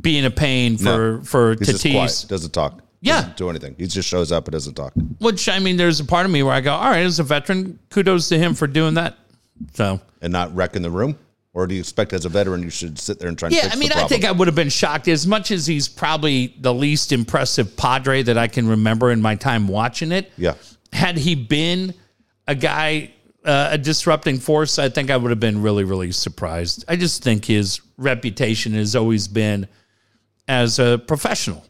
[SPEAKER 2] being a pain for for
[SPEAKER 1] He's just quiet.
[SPEAKER 2] Tatis.
[SPEAKER 1] Doesn't talk.
[SPEAKER 2] Yeah.
[SPEAKER 1] Doesn't do anything. He just shows up and doesn't talk.
[SPEAKER 2] Which I mean, there's a part of me where I go, all right, as a veteran, kudos to him for doing that. So
[SPEAKER 1] And not wrecking the room? Or do you expect as a veteran you should sit there and try and
[SPEAKER 2] Yeah,
[SPEAKER 1] fix
[SPEAKER 2] I
[SPEAKER 1] the
[SPEAKER 2] mean, I
[SPEAKER 1] problem?
[SPEAKER 2] think I would have been shocked as much as he's probably the least impressive Padre that I can remember in my time watching it.
[SPEAKER 1] Yeah.
[SPEAKER 2] Had he been a guy, uh, a disrupting force, I think I would have been really, really surprised. I just think his reputation has always been as a professional.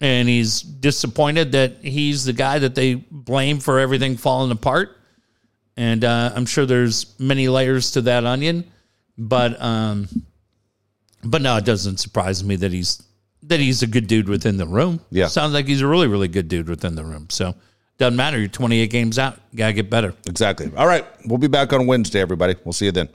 [SPEAKER 2] And he's disappointed that he's the guy that they blame for everything falling apart. And uh, I'm sure there's many layers to that onion, but um, but no, it doesn't surprise me that he's that he's a good dude within the room.
[SPEAKER 1] Yeah.
[SPEAKER 2] sounds like he's a really really good dude within the room. So doesn't matter. You're 28 games out. You gotta get better.
[SPEAKER 1] Exactly. All right. We'll be back on Wednesday, everybody. We'll see you then.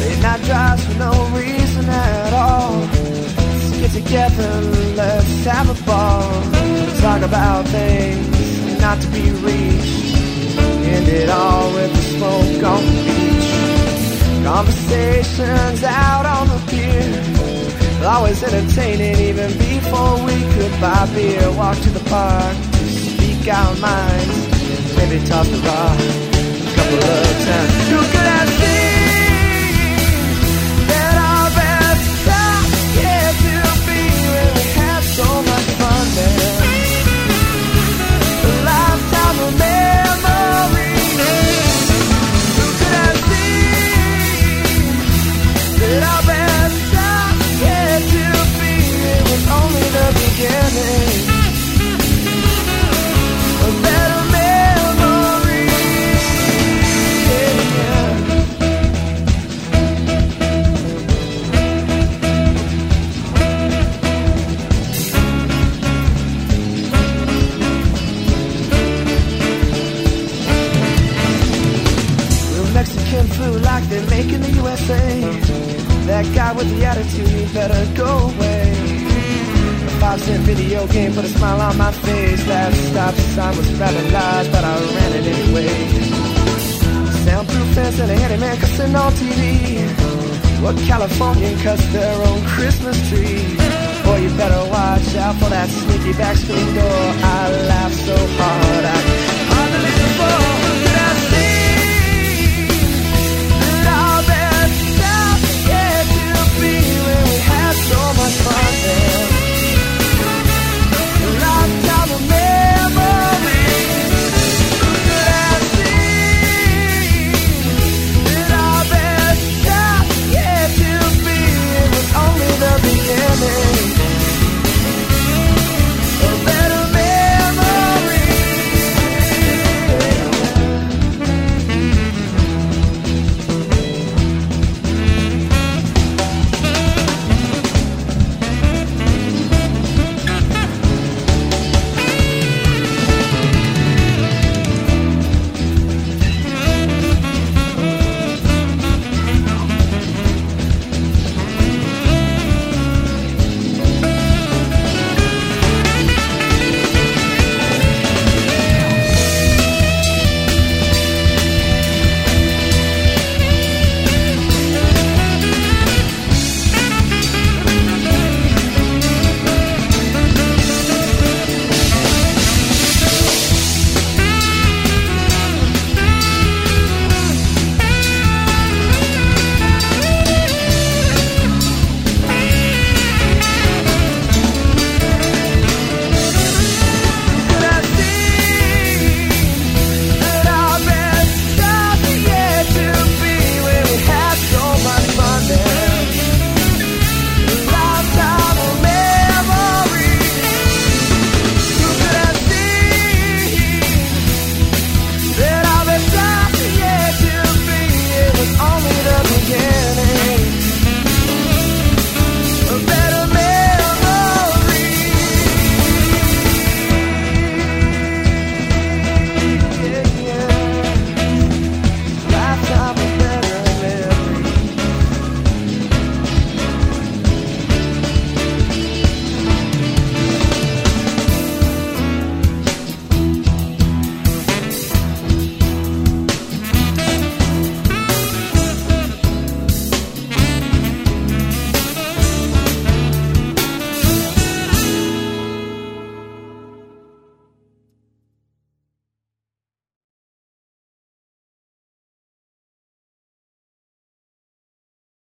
[SPEAKER 3] Late night drives for no reason at all. Let's get together, let's have a ball. Talk about things not to be reached. End it all with a smoke on the beach. Conversations out on the pier. Always entertaining even before we could buy beer. Walk to the park, speak our minds, and maybe toss the rock. a Couple of times. You could have seen that our best stuff yet to be when we had so much fun there. A lifetime of memories. You could have seen that our best stuff yet to be it was only the beginning. A better memory. Yeah. Real Mexican food like they make in the USA. That guy with the attitude, he better go away. A five cent video game put a smile on my face. That stop sign was rather large, but I ran it anyway. Soundproof fence and a handyman cussing on TV. What Californian cuts their own Christmas tree? Boy, you better watch out for that sneaky back screen door. I laughed so hard I